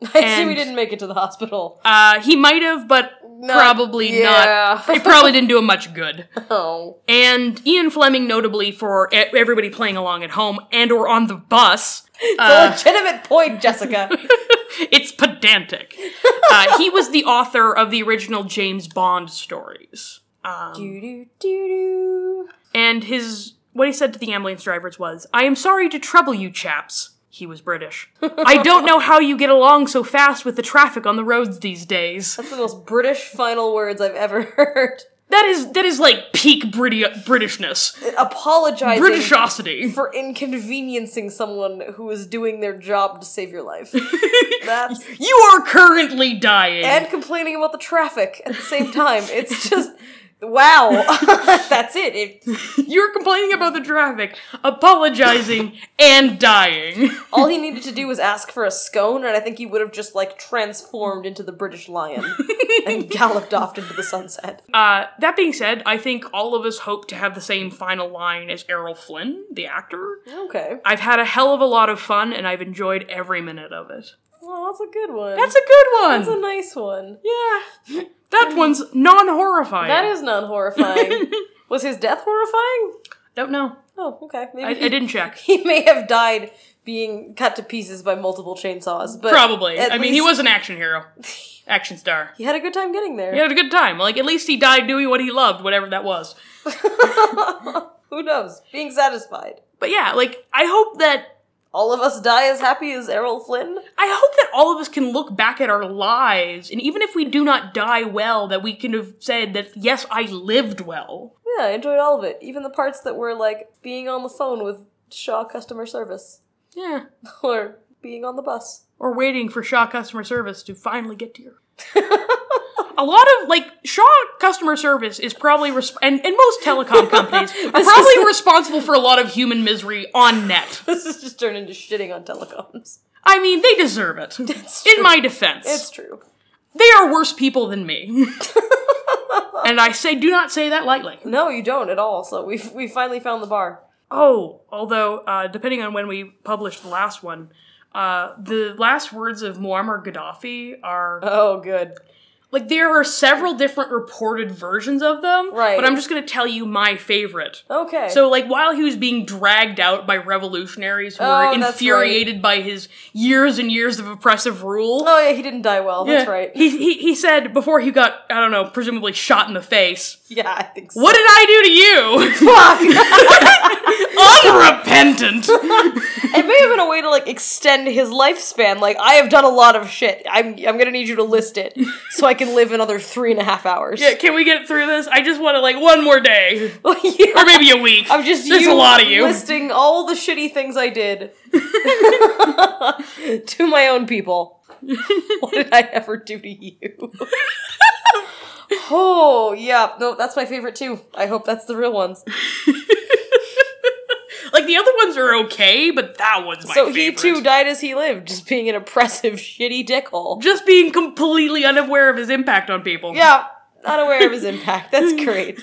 S6: I see
S5: And-
S6: we didn't make it to the hospital.
S5: Uh, he might have, but probably
S6: yeah.
S5: not. It probably didn't do him much good.
S6: Oh.
S5: And Ian Fleming, notably for e- everybody playing along at home and or on the bus,
S6: It's a legitimate point, Jessica.
S5: it's pedantic. Uh, he was the author of the original James Bond stories.
S6: do do do
S5: And his what he said to the ambulance drivers was, "I am sorry to trouble you chaps." He was British. I don't know how you get along so fast with the traffic on the roads these days.
S6: That's the most British final words I've ever heard.
S5: That is that is like peak Briti- Britishness,
S6: Apologizing
S5: Britishosity.
S6: for inconveniencing someone who is doing their job to save your life. That's
S5: You are currently dying.
S6: and complaining about the traffic at the same time. It's just wow. That's it. it.
S5: You're complaining about the traffic, apologizing, and dying.
S6: All he needed to do was ask for a scone, and I think he would have just like transformed into the British lion and galloped off into the sunset.
S5: Uh, that being said, I think all of us hope to have the same final line as Errol Flynn, the actor.
S6: Okay,
S5: I've had a hell of a lot of fun and I've enjoyed every minute of it.
S6: well that's a good one.
S5: That's a good one!
S6: That's a nice one.
S5: yeah. That one's non horrifying.
S6: That is non horrifying. was his death horrifying?
S5: Don't know.
S6: Oh, okay. Maybe
S5: I, I
S6: he-
S5: didn't check.
S6: He may have died being cut to pieces by multiple chainsaws, but
S5: Probably.
S6: at
S5: I mean, he
S6: least
S5: was an action hero, action star.
S6: He had a good time getting there.
S5: He had a good time. Like at least he died doing what he loved, whatever that was.
S6: Who knows? Being satisfied.
S5: But yeah, like I hope that
S6: All of us die as happy as Errol Flynn.
S5: I hope that all of us can look back at our lives, and even if we do not die well, that we can have said that yes, I lived well.
S6: Yeah, I enjoyed all of it, even the parts that were like being on the phone with Shaw customer service
S5: Yeah.
S6: or being on the bus.
S5: Or waiting for Shaw customer service to finally get to you. A lot of like Shaw customer service is probably resp- and, and most telecom companies are probably responsible for a lot of human misery on net.
S6: This has just turned into shitting on telecoms.
S5: I mean, they deserve it. In my defense,
S6: It's true.
S5: they are worse people than me. and I say, do not say that lightly.
S6: No, you don't at all. So we we finally found the bar.
S5: Oh, although, uh, depending on when we published the last one, uh, the last words of Muammar Gaddafi are
S6: Oh, good.
S5: like there are several different reported versions of them.
S6: Right.
S5: But I'm just going to tell you my favorite.
S6: Okay.
S5: So, like, while he was being dragged out by revolutionaries who
S6: Oh,
S5: were
S6: that's
S5: infuriated by his years and years of oppressive rule,
S6: oh yeah, he didn't die well. That's
S5: Yeah.
S6: right.
S5: He, he he said before he got I don't know presumably shot in the face.
S6: yeah, I think so.
S5: What did I do to
S6: Fuck!
S5: you? Unrepentant.
S6: it may have been a way to like extend his lifespan. Like I have done a lot of shit. I'm I'm gonna need you to list it so I can live another three and a half hours.
S5: Yeah, can we get through this? I just want to like one more day
S6: Yeah.
S5: or maybe a week.
S6: I'm just
S5: There's
S6: you
S5: a lot of you.
S6: listing all the shitty things I did to my own people. what did I ever do to you? oh yeah, no, that's my favorite too. I hope that's the real ones.
S5: like the other ones are okay, but that one's my
S6: so he
S5: favorite.
S6: too died as he lived, just being an oppressive, shitty dickhole.
S5: just being completely unaware of his impact on people.
S6: Yeah, not aware of his impact. That's great.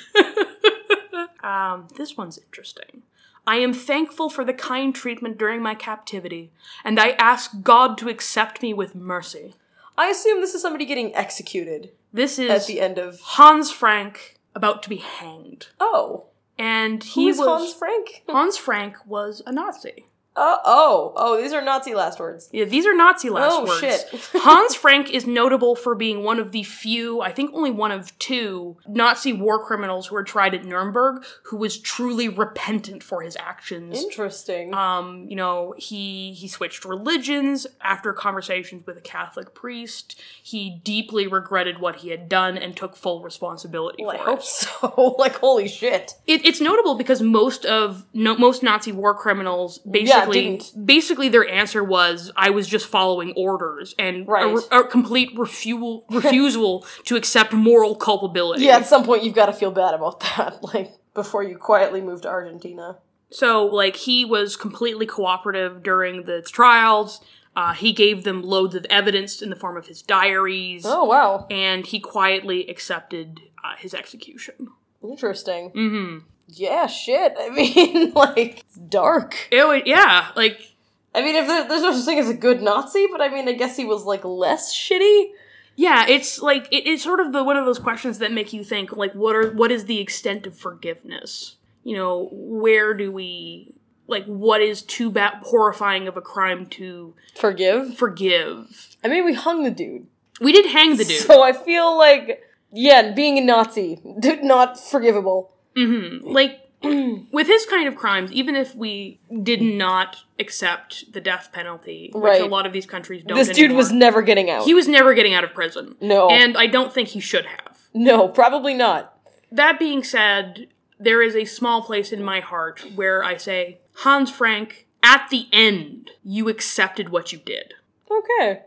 S5: Um, this one's interesting. I am thankful for the kind treatment during my captivity, and I ask God to accept me with mercy.
S6: I assume this is somebody getting executed
S5: This is
S6: at the end of.
S5: Hans Frank about to be hanged.
S6: Oh,
S5: And he
S6: who is
S5: was
S6: Hans Frank?
S5: Hans Frank was a Nazi.
S6: Oh, oh, oh! These are Nazi last words.
S5: Yeah, these are Nazi last
S6: Oh,
S5: words.
S6: shit.
S5: Hans Frank is notable for being one of the few, I think only one of two, Nazi war criminals who were tried at Nuremberg who was truly repentant for his actions.
S6: Interesting.
S5: Um, you know, he he switched religions after conversations with a Catholic priest. He deeply regretted what he had done and took full responsibility
S6: Well, I
S5: for
S6: hope
S5: it.
S6: so. like, holy shit.
S5: it, it's notable because most of no, most Nazi war criminals basically
S6: didn't.
S5: basically their answer was I was just following orders and a
S6: Right.
S5: re- a, complete refusal refusal to accept moral culpability.
S6: Yeah, at some point you've got to feel bad about that. Like, before you quietly move to Argentina.
S5: So like he was completely cooperative during the trials. Uh, he gave them loads of evidence in the form of his diaries,
S6: Oh, wow.
S5: and he quietly accepted uh, his execution.
S6: Interesting.
S5: hmm
S6: Mm-hmm. Yeah, shit. I mean, like, it's dark.
S5: It wa- yeah, like
S6: I mean, if there, there's no such thing as a good Nazi, but I mean, I guess he was, like, less shitty.
S5: Yeah, it's like it, it's sort of the one of those questions that make you think like what are what is the extent of forgiveness? You know, where do we like what is too bad horrifying of a crime to
S6: Forgive.
S5: forgive?
S6: I mean, we hung the dude.
S5: We did hang the dude.
S6: So I feel like, yeah, being a Nazi, not forgivable.
S5: like with his kind of crimes, even if we did not accept the death penalty,
S6: Right.
S5: which a lot of these countries don't
S6: This dude was
S5: anymore,
S6: never getting out.
S5: he was never getting out of prison.
S6: No.
S5: And I don't think he should have.
S6: no, probably not.
S5: That being said, there is a small place in my heart where I say, Hans Frank, at the end, you accepted what you did.
S6: Okay.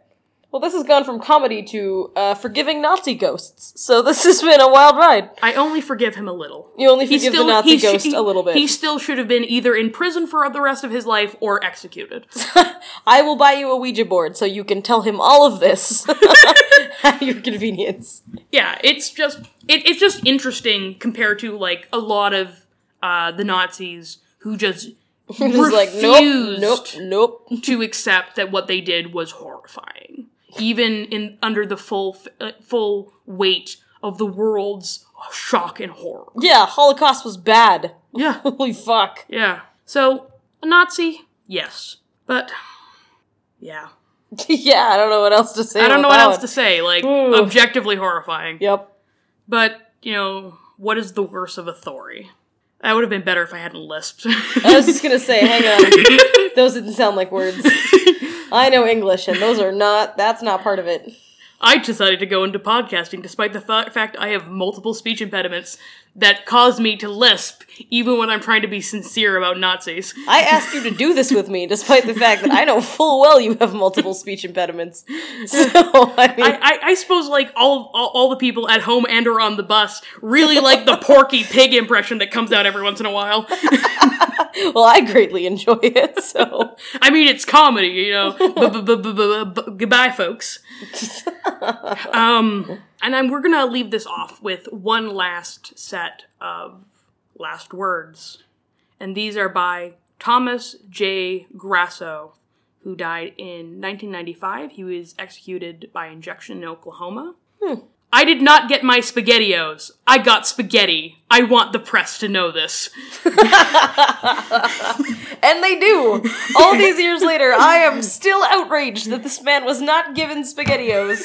S6: Well, this has gone from comedy to uh, forgiving Nazi ghosts. So this has been a wild ride.
S5: I only forgive him a little.
S6: You only forgive the Nazi
S5: sh-
S6: ghost a little bit.
S5: He still should have been either in prison for the rest of his life or executed.
S6: I will buy you a Ouija board so you can tell him all of this at your convenience.
S5: yeah, it's just it, it's just interesting compared to like a lot of uh, the Nazis who just,
S6: Just
S5: refused
S6: like nope, nope, nope.
S5: to accept that what they did was horrifying, even in under the full f- uh, full weight of the world's shock and horror.
S6: Yeah, Holocaust was bad.
S5: Yeah.
S6: Holy fuck.
S5: Yeah. So, a Nazi? Yes. But, yeah.
S6: yeah, I don't know what else to say.
S5: I don't know
S6: about
S5: what
S6: that
S5: else
S6: one.
S5: to say. Like,
S6: Ooh.
S5: objectively horrifying.
S6: Yep.
S5: But, you know, what is the worst of a Thori? That would have been better if I hadn't lisped.
S6: I was just gonna say, hang on. those didn't sound like words. I know English, and those are not. That's not part of it.
S5: I decided to go into podcasting despite the fa- fact I have multiple speech impediments that cause me to lisp even when I'm trying to be sincere about Nazis.
S6: I asked you to do this with me, despite the fact that I know full well you have multiple speech impediments. So I mean,
S5: I, I, I suppose like all, all all the people at home and or on the bus really like the Porky Pig impression that comes out every once in a while.
S6: well, I greatly enjoy it. So
S5: I mean, it's comedy, you know. B-b-b-b-b-b- Goodbye, folks. Um, and I'm, we're gonna leave this off with one last set of last words, and these are by Thomas J. Grasso, who died in 1995. He was executed by injection in Oklahoma. I did not get my spaghettios. I got spaghetti. I want the press to know this.
S6: And they do. All these years later, I am still outraged that this man was not given SpaghettiOs.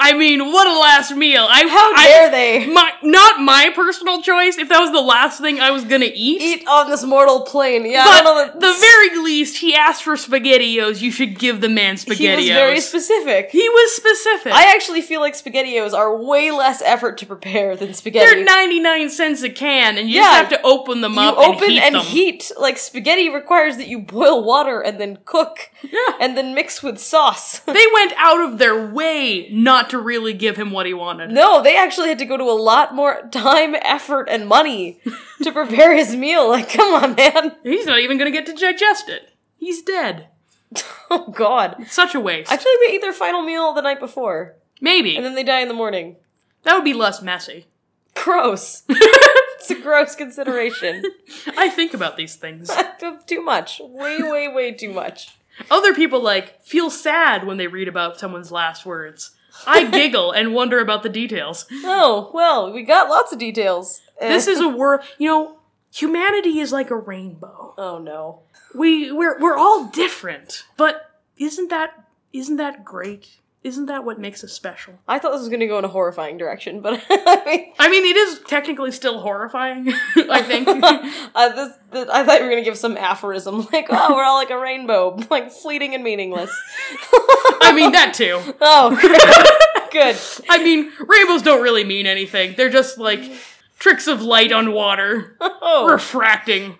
S5: I mean, what a last meal! I
S6: How
S5: I-
S6: dare they
S5: my not my personal choice if that was the last thing i was gonna eat,
S6: eat uh, on this mortal plane? Yeah, I don't know
S5: but
S6: that-
S5: the very least he asked for spaghettios you should give the man spaghettios
S6: He was very specific.
S5: He was specific
S6: I actually feel like SpaghettiOs are way less effort to prepare than spaghetti.
S5: they're 99 cents a can and you
S6: Yeah.
S5: just have to open them
S6: you
S5: up
S6: open
S5: and heat
S6: and
S5: them
S6: heat like spaghetti requires that you boil water and then cook
S5: Yeah.
S6: and then mix with sauce.
S5: they went out of their way not to really give him what he wanted
S6: no, they actually had to go to a lot more time, effort, and money to prepare his meal. Like, come on, man.
S5: he's not even gonna get to digest it he's dead
S6: Oh God.
S5: such a waste
S6: I feel like they eat their final meal the night before,
S5: maybe
S6: and then they die in the morning.
S5: that would be less messy
S6: Gross. it's a gross consideration.
S5: i think about these things
S6: too much. Way, way, way too much.
S5: Other people like feel sad when they read about someone's last words. I giggle and wonder about the details.
S6: Oh, well, we got lots of details.
S5: This is a world, you know, humanity is like a rainbow.
S6: Oh no.
S5: We we're we're all different, but isn't that isn't that great? Isn't that what makes us special?
S6: I thought this was going to go in a horrifying direction, but I mean,
S5: I mean, it is technically still horrifying, I think.
S6: uh, this, th I thought you were going to give some aphorism, like, oh, we're all like a rainbow, like fleeting and meaningless.
S5: I mean that too.
S6: Oh, great. good.
S5: I mean, rainbows don't really mean anything. They're just like tricks of light on water,
S6: Oh,
S5: refracting.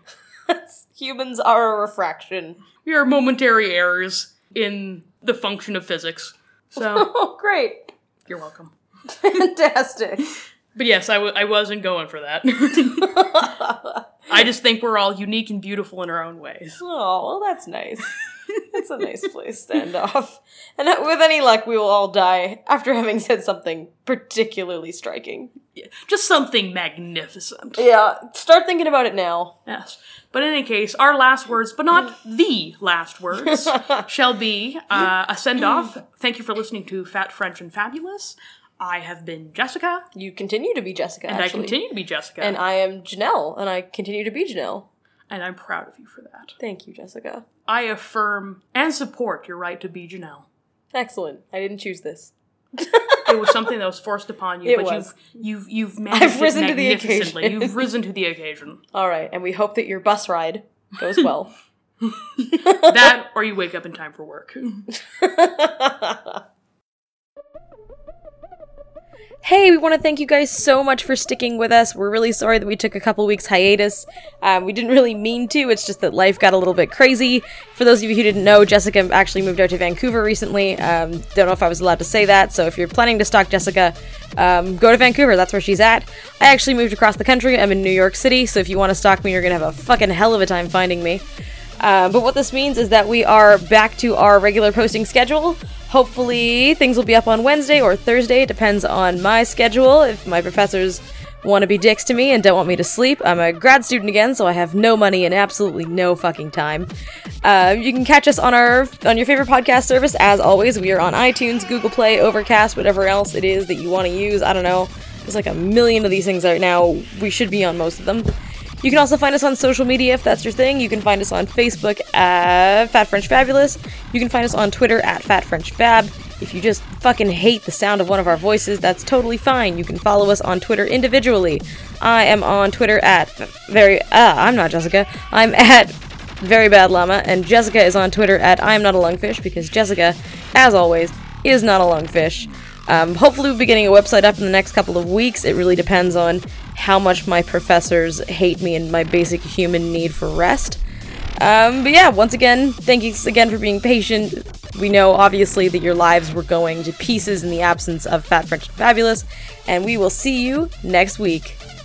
S6: humans are a refraction.
S5: We are momentary errors in the function of physics. So,
S6: Oh, great.
S5: you're welcome.
S6: Fantastic.
S5: But yes, I, w- I wasn't going for that. I just think we're all unique and beautiful in our own ways.
S6: Oh, well, that's nice. That's a nice place to end off. And uh, with any luck, we will all die after having said something particularly striking.
S5: Just something magnificent.
S6: Yeah, start thinking about it now.
S5: Yes. But in any case, our last words, but not the last words, shall be uh, a send off. Thank you for listening to Fat French and Fabulous. I have been Jessica,
S6: You continue to be Jessica,
S5: and
S6: actually.
S5: I continue to be Jessica,
S6: And I am Janelle, and I continue to be Janelle.
S5: and I'm proud of you for that.
S6: Thank you, Jessica.
S5: I affirm and support your right to be Janelle.
S6: Excellent. I didn't choose this.
S5: it was something that was forced upon you,
S6: It
S5: but
S6: was.
S5: you've you've you've managed
S6: I've risen
S5: it
S6: to the
S5: magnificently.
S6: occasion.
S5: You've risen to the occasion.
S6: All right, and we hope that your bus ride goes well.
S5: That or you wake up in time for work.
S6: Hey, we want to thank you guys so much for sticking with us. We're really sorry that we took a couple weeks hiatus. Um, we didn't really mean to, it's just that life got a little bit crazy. For those of you who didn't know, Jessica actually moved out to Vancouver recently. Um, don't know if I was allowed to say that, so if you're planning to stalk Jessica, um, go to Vancouver. That's where she's at. I actually moved across the country. I'm in New York City, so if you want to stalk me, you're going to have a fucking hell of a time finding me. Um, but what this means is that we are back to our regular posting schedule. Hopefully, things will be up on Wednesday or Thursday. It depends on my schedule. If my professors want to be dicks to me and don't want me to sleep, I'm a grad student again, so I have no money and absolutely no fucking time. Uh, you can catch us on our on your favorite podcast service. As always, we are on iTunes, Google Play, Overcast, whatever else it is that you want to use. I don't know. There's like a million of these things right now. We should be on most of them. You can also find us on social media if that's your thing. You can find us on Facebook at Fat French Fabulous. You can find us on Twitter at Fat French Fab. If you just fucking hate the sound of one of our voices, that's totally fine. You can follow us on Twitter individually. I am on Twitter at f- very. Uh, I'm not Jessica. I'm at very bad llama, and Jessica is on Twitter at I am not a lungfish because Jessica, as always, is not a lungfish. Um, hopefully, we'll be getting a website up in the next couple of weeks. It really depends on how much my professors hate me and my basic human need for rest. Um, but yeah, once again, thank you again for being patient. We know obviously that your lives were going to pieces in the absence of Fat French and Fabulous, and we will see you next week.